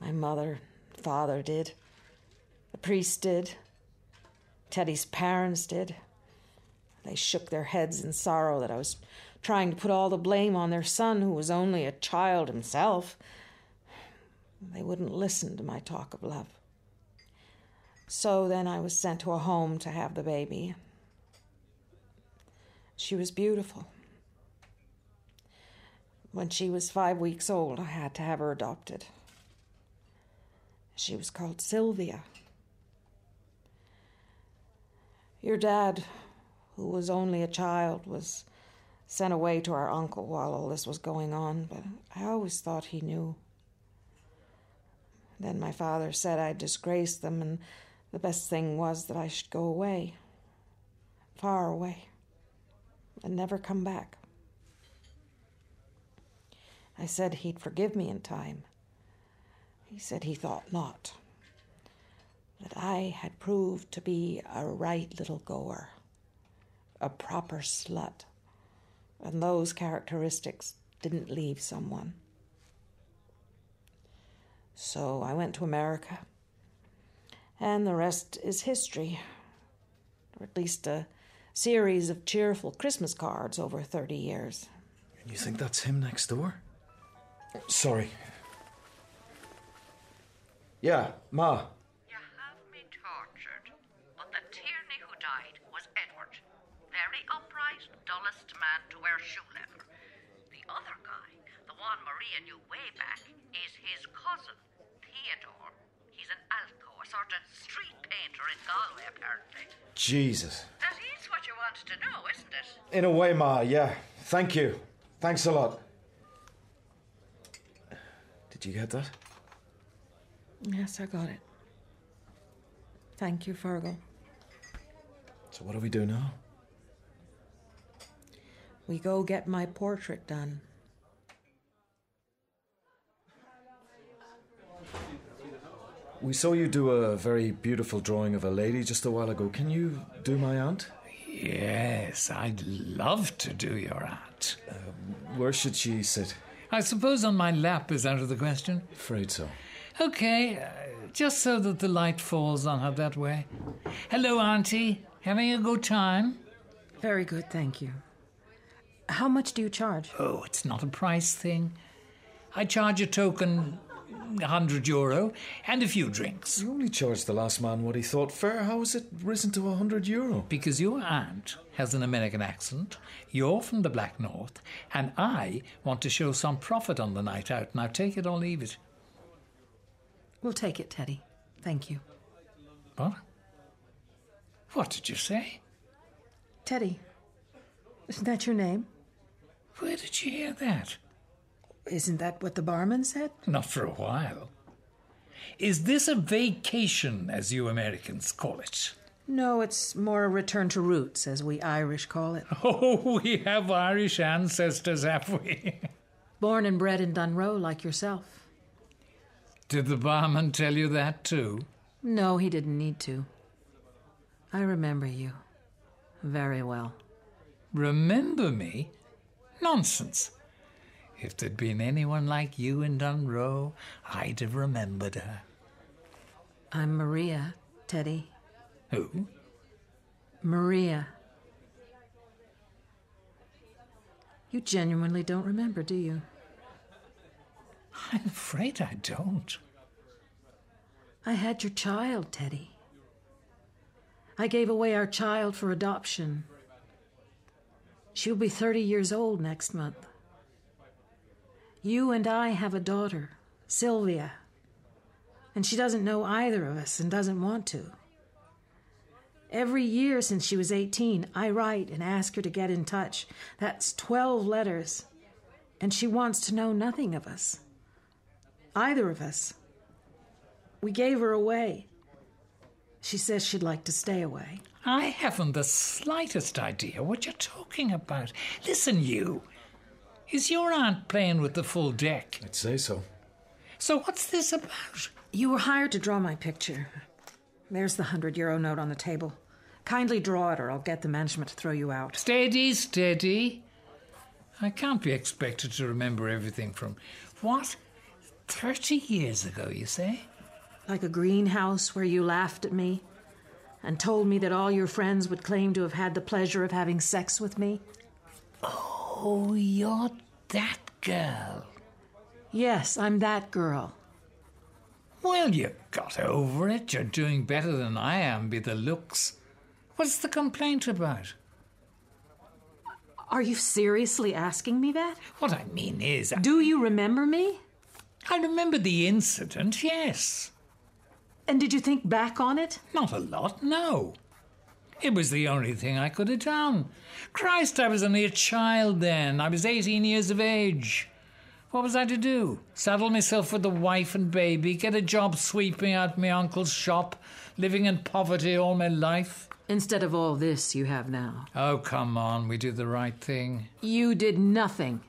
[SPEAKER 12] My mother, father did. The priest did. Teddy's parents did. They shook their heads in sorrow that I was trying to put all the blame on their son, who was only a child himself. They wouldn't listen to my talk of love. So then I was sent to a home to have the baby. She was beautiful. When she was five weeks old, I had to have her adopted. She was called Sylvia. Your dad, who was only a child, was sent away to our uncle while all this was going on, but I always thought he knew. Then my father said I disgraced them, and the best thing was that I should go away, far away, and never come back. I said he'd forgive me in time. He said he thought not. That I had proved to be a right little goer, a proper slut, and those characteristics didn't leave someone. So I went to America. And the rest is history. Or at least a series of cheerful Christmas cards over 30 years.
[SPEAKER 14] And you think that's him next door? Sorry. Yeah, Ma.
[SPEAKER 20] You have me tortured. But the Tierney who died was Edward. Very upright, dullest man to wear shoe leather. The other guy, the one Maria knew way back, is his cousin, Theodore. He's an Alco, a sort of street painter in Galway, apparently.
[SPEAKER 14] Jesus.
[SPEAKER 20] That is what you wanted to know, isn't it?
[SPEAKER 14] In a way, Ma, yeah. Thank you. Thanks a lot. Did you get that?
[SPEAKER 12] Yes, I got it. Thank you, Fergal.
[SPEAKER 14] So, what do we do now?
[SPEAKER 12] We go get my portrait done.
[SPEAKER 14] We saw you do a very beautiful drawing of a lady just a while ago. Can you do my aunt?
[SPEAKER 21] Yes, I'd love to do your aunt.
[SPEAKER 14] uh, Where should she sit?
[SPEAKER 21] I suppose on my lap is out of the question.
[SPEAKER 14] Afraid so.
[SPEAKER 21] Okay, uh, just so that the light falls on her that way. Hello, Auntie. Having a good time?
[SPEAKER 12] Very good, thank you. How much do you charge?
[SPEAKER 21] Oh, it's not a price thing. I charge a token, 100 euro, and a few drinks.
[SPEAKER 14] You only charged the last man what he thought fair. How has it risen to 100 euro?
[SPEAKER 21] Because your aunt has an American accent, you're from the Black North, and I want to show some profit on the night out. Now take it or leave it.
[SPEAKER 12] We'll take it, Teddy. Thank you.
[SPEAKER 21] What? What did you say?
[SPEAKER 12] Teddy, isn't that your name?
[SPEAKER 21] Where did you hear that?
[SPEAKER 12] Isn't that what the barman said?
[SPEAKER 21] Not for a while. Is this a vacation, as you Americans call it?
[SPEAKER 12] No, it's more a return to roots, as we Irish call it.
[SPEAKER 21] Oh, we have Irish ancestors, have we?
[SPEAKER 12] Born and bred in Dunroe, like yourself.
[SPEAKER 21] Did the barman tell you that too?
[SPEAKER 12] No, he didn't need to. I remember you very well.
[SPEAKER 21] Remember me? Nonsense. If there'd been anyone like you in Dunroe, I'd have remembered her.
[SPEAKER 12] I'm Maria, Teddy.
[SPEAKER 21] Who?
[SPEAKER 12] Maria. You genuinely don't remember, do you?
[SPEAKER 21] I'm afraid I don't.
[SPEAKER 12] I had your child, Teddy. I gave away our child for adoption. She'll be 30 years old next month. You and I have a daughter, Sylvia, and she doesn't know either of us and doesn't want to. Every year since she was 18, I write and ask her to get in touch. That's 12 letters, and she wants to know nothing of us. Either of us. We gave her away. She says she'd like to stay away.
[SPEAKER 21] I haven't the slightest idea what you're talking about. Listen, you. Is your aunt playing with the full deck?
[SPEAKER 14] I'd say so.
[SPEAKER 21] So what's this about?
[SPEAKER 12] You were hired to draw my picture. There's the hundred euro note on the table. Kindly draw it, or I'll get the management to throw you out.
[SPEAKER 21] Steady, steady. I can't be expected to remember everything from what? 30 years ago, you say?
[SPEAKER 12] Like a greenhouse where you laughed at me and told me that all your friends would claim to have had the pleasure of having sex with me.
[SPEAKER 21] Oh, you're that girl.
[SPEAKER 12] Yes, I'm that girl.
[SPEAKER 21] Well, you got over it. You're doing better than I am by the looks. What's the complaint about?
[SPEAKER 12] Are you seriously asking me that?
[SPEAKER 21] What I mean is, I,
[SPEAKER 12] Do you remember me?
[SPEAKER 21] I remember the incident, yes.
[SPEAKER 12] And did you think back on it?
[SPEAKER 21] Not a lot, no. It was the only thing I could have done. Christ, I was only a child then. I was 18 years of age. What was I to do? Saddle myself with a wife and baby, get a job sweeping out my uncle's shop, living in poverty all my life?
[SPEAKER 12] Instead of all this you have now,
[SPEAKER 21] Oh, come on, we did the right thing.
[SPEAKER 12] you did nothing.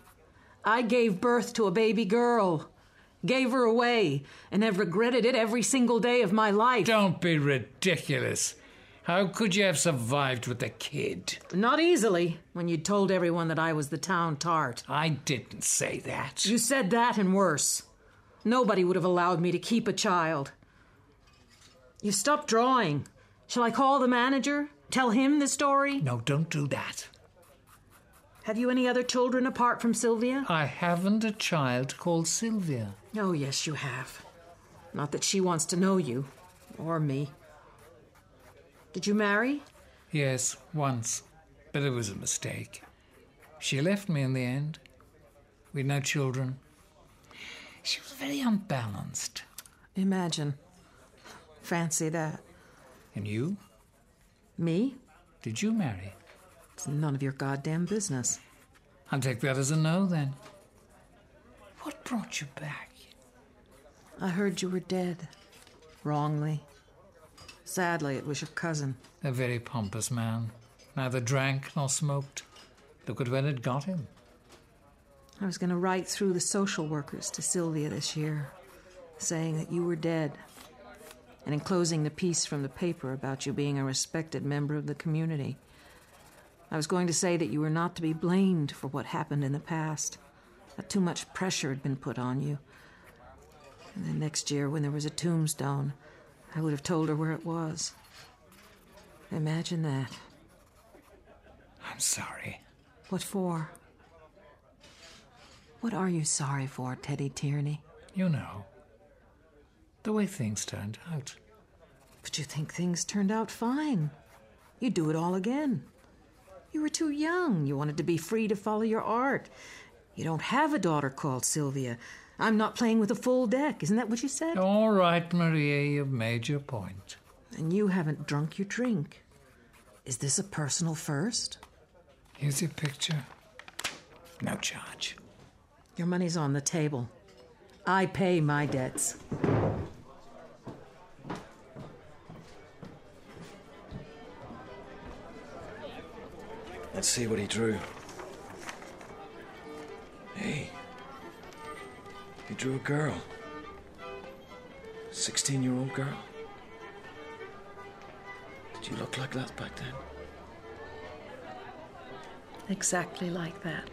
[SPEAKER 12] I gave birth to a baby girl, gave her away, and have regretted it every single day of my life.
[SPEAKER 21] Don't be ridiculous. How could you have survived with a kid?
[SPEAKER 12] Not easily, when you told everyone that I was the town tart.
[SPEAKER 21] I didn't say that.
[SPEAKER 12] You said that and worse. Nobody would have allowed me to keep a child. You stopped drawing. Shall I call the manager? Tell him the story?
[SPEAKER 21] No, don't do that.
[SPEAKER 12] Have you any other children apart from Sylvia?
[SPEAKER 21] I haven't a child called Sylvia.
[SPEAKER 12] Oh, yes, you have. Not that she wants to know you or me. Did you marry?
[SPEAKER 21] Yes, once, but it was a mistake. She left me in the end. We'd no children. She was very unbalanced.
[SPEAKER 12] Imagine. Fancy that.
[SPEAKER 21] And you?
[SPEAKER 12] Me?
[SPEAKER 21] Did you marry?
[SPEAKER 12] It's none of your goddamn business.
[SPEAKER 21] I'll take that as a no then. What brought you back?
[SPEAKER 12] I heard you were dead. Wrongly. Sadly, it was your cousin.
[SPEAKER 21] A very pompous man. Neither drank nor smoked. Look at when it got him.
[SPEAKER 12] I was going to write through the social workers to Sylvia this year, saying that you were dead, and enclosing the piece from the paper about you being a respected member of the community. I was going to say that you were not to be blamed for what happened in the past, that too much pressure had been put on you. And then next year, when there was a tombstone, I would have told her where it was. Imagine that.
[SPEAKER 21] I'm sorry.
[SPEAKER 12] What for? What are you sorry for, Teddy Tierney?
[SPEAKER 21] You know, the way things turned out.
[SPEAKER 12] But you think things turned out fine. You'd do it all again. You were too young. You wanted to be free to follow your art. You don't have a daughter called Sylvia. I'm not playing with a full deck. Isn't that what you said?
[SPEAKER 21] All right, Maria, you've made your point.
[SPEAKER 12] And you haven't drunk your drink. Is this a personal first?
[SPEAKER 21] Here's your picture. No charge.
[SPEAKER 12] Your money's on the table. I pay my debts.
[SPEAKER 14] Let's see what he drew. Hey. He drew a girl. 16 year old girl. Did you look like that back then?
[SPEAKER 3] Exactly like that.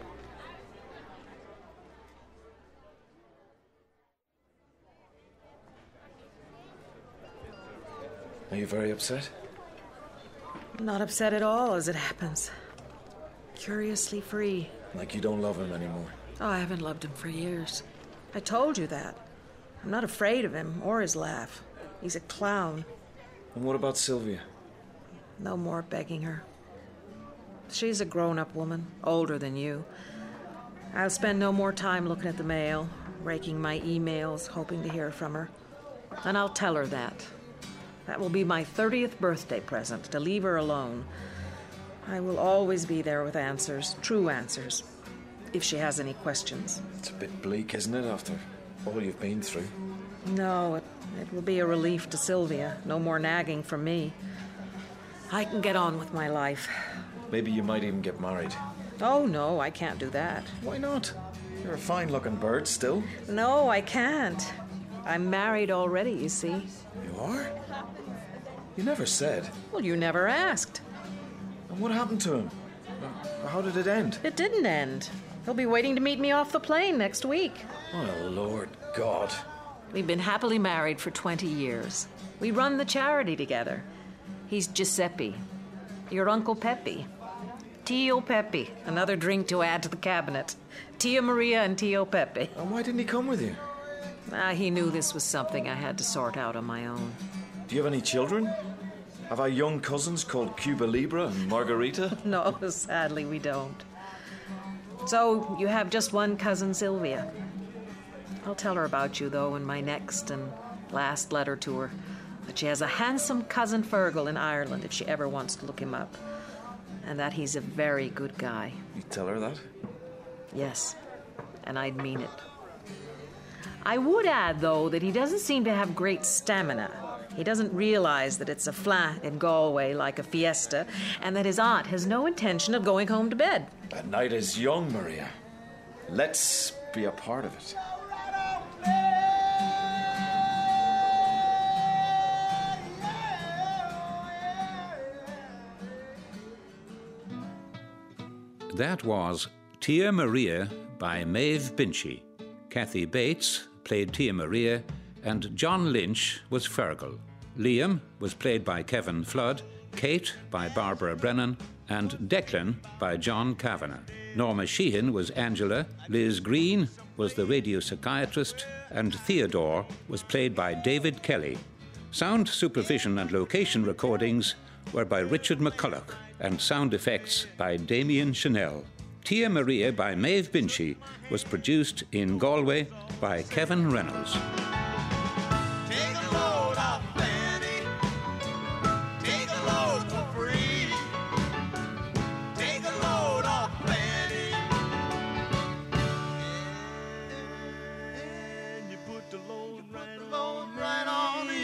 [SPEAKER 14] Are you very upset?
[SPEAKER 12] Not upset at all, as it happens. Curiously free.
[SPEAKER 14] Like you don't love him anymore?
[SPEAKER 12] Oh, I haven't loved him for years. I told you that. I'm not afraid of him or his laugh. He's a clown.
[SPEAKER 14] And what about Sylvia?
[SPEAKER 12] No more begging her. She's a grown up woman, older than you. I'll spend no more time looking at the mail, raking my emails, hoping to hear from her. And I'll tell her that. That will be my 30th birthday present, to leave her alone. I will always be there with answers, true answers, if she has any questions.
[SPEAKER 14] It's a bit bleak, isn't it, after all you've been through?
[SPEAKER 12] No, it, it will be a relief to Sylvia. No more nagging from me. I can get on with my life.
[SPEAKER 14] Maybe you might even get married.
[SPEAKER 12] Oh, no, I can't do that.
[SPEAKER 14] Why not? You're a fine looking bird still.
[SPEAKER 12] No, I can't. I'm married already, you see.
[SPEAKER 14] You are? You never said.
[SPEAKER 12] Well, you never asked.
[SPEAKER 14] And what happened to him? Uh, How did it end?
[SPEAKER 12] It didn't end. He'll be waiting to meet me off the plane next week.
[SPEAKER 14] Oh, Lord God.
[SPEAKER 12] We've been happily married for 20 years. We run the charity together. He's Giuseppe, your Uncle Pepe. Tio Pepe, another drink to add to the cabinet. Tia Maria and Tio Pepe.
[SPEAKER 14] And why didn't he come with you?
[SPEAKER 12] Ah, he knew this was something I had to sort out on my own.
[SPEAKER 14] Do you have any children? Have I young cousins called Cuba Libre and Margarita?
[SPEAKER 12] no, sadly we don't. So you have just one cousin, Sylvia. I'll tell her about you, though, in my next and last letter to her. That she has a handsome cousin Fergal in Ireland if she ever wants to look him up. And that he's a very good guy.
[SPEAKER 14] You tell her that?
[SPEAKER 12] Yes, and I'd mean it. I would add, though, that he doesn't seem to have great stamina. He doesn't realize that it's a flat in Galway like a fiesta, and that his aunt has no intention of going home to bed.
[SPEAKER 14] That night is young, Maria. Let's be a part of it.
[SPEAKER 7] That was Tia Maria by Maeve Binchy. Kathy Bates played Tia Maria, and John Lynch was Fergal. Liam was played by Kevin Flood, Kate by Barbara Brennan, and Declan by John Kavanagh. Norma Sheehan was Angela, Liz Green was the radio psychiatrist, and Theodore was played by David Kelly. Sound supervision and location recordings were by Richard McCulloch, and sound effects by Damien Chanel. Tia Maria by Maeve Binchy was produced in Galway by Kevin Reynolds.
[SPEAKER 16] Take a load off Fanny. Take a load for free. Take a load off Fanny. And you put the load right, on, right on me.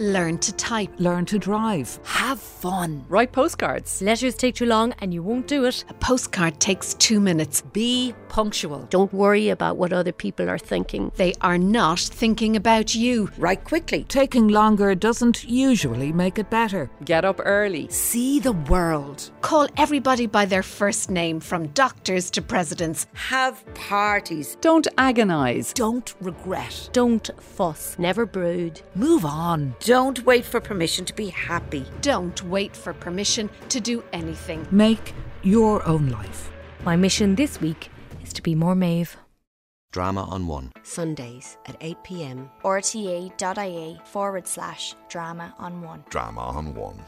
[SPEAKER 5] Learn to type.
[SPEAKER 6] Learn to drive. Have fun.
[SPEAKER 8] Write postcards. Letters take too long and you won't do it.
[SPEAKER 5] A postcard takes two minutes.
[SPEAKER 22] Be punctual. Don't worry about what other people are thinking.
[SPEAKER 5] They are not thinking about you.
[SPEAKER 2] Write quickly.
[SPEAKER 6] Taking longer doesn't usually make it better.
[SPEAKER 22] Get up early.
[SPEAKER 6] See the world.
[SPEAKER 5] Call everybody by their first name from doctors to presidents.
[SPEAKER 2] Have parties.
[SPEAKER 22] Don't agonise.
[SPEAKER 6] Don't regret.
[SPEAKER 22] Don't fuss. Never brood.
[SPEAKER 6] Move on.
[SPEAKER 2] Don't wait for permission to be happy.
[SPEAKER 5] Don't wait for permission to do anything.
[SPEAKER 6] Make your own life.
[SPEAKER 8] My mission this week is to be more Maeve.
[SPEAKER 1] Drama on One.
[SPEAKER 2] Sundays at 8 pm.
[SPEAKER 3] E
[SPEAKER 9] rta.ie forward slash drama on one.
[SPEAKER 4] Drama on One.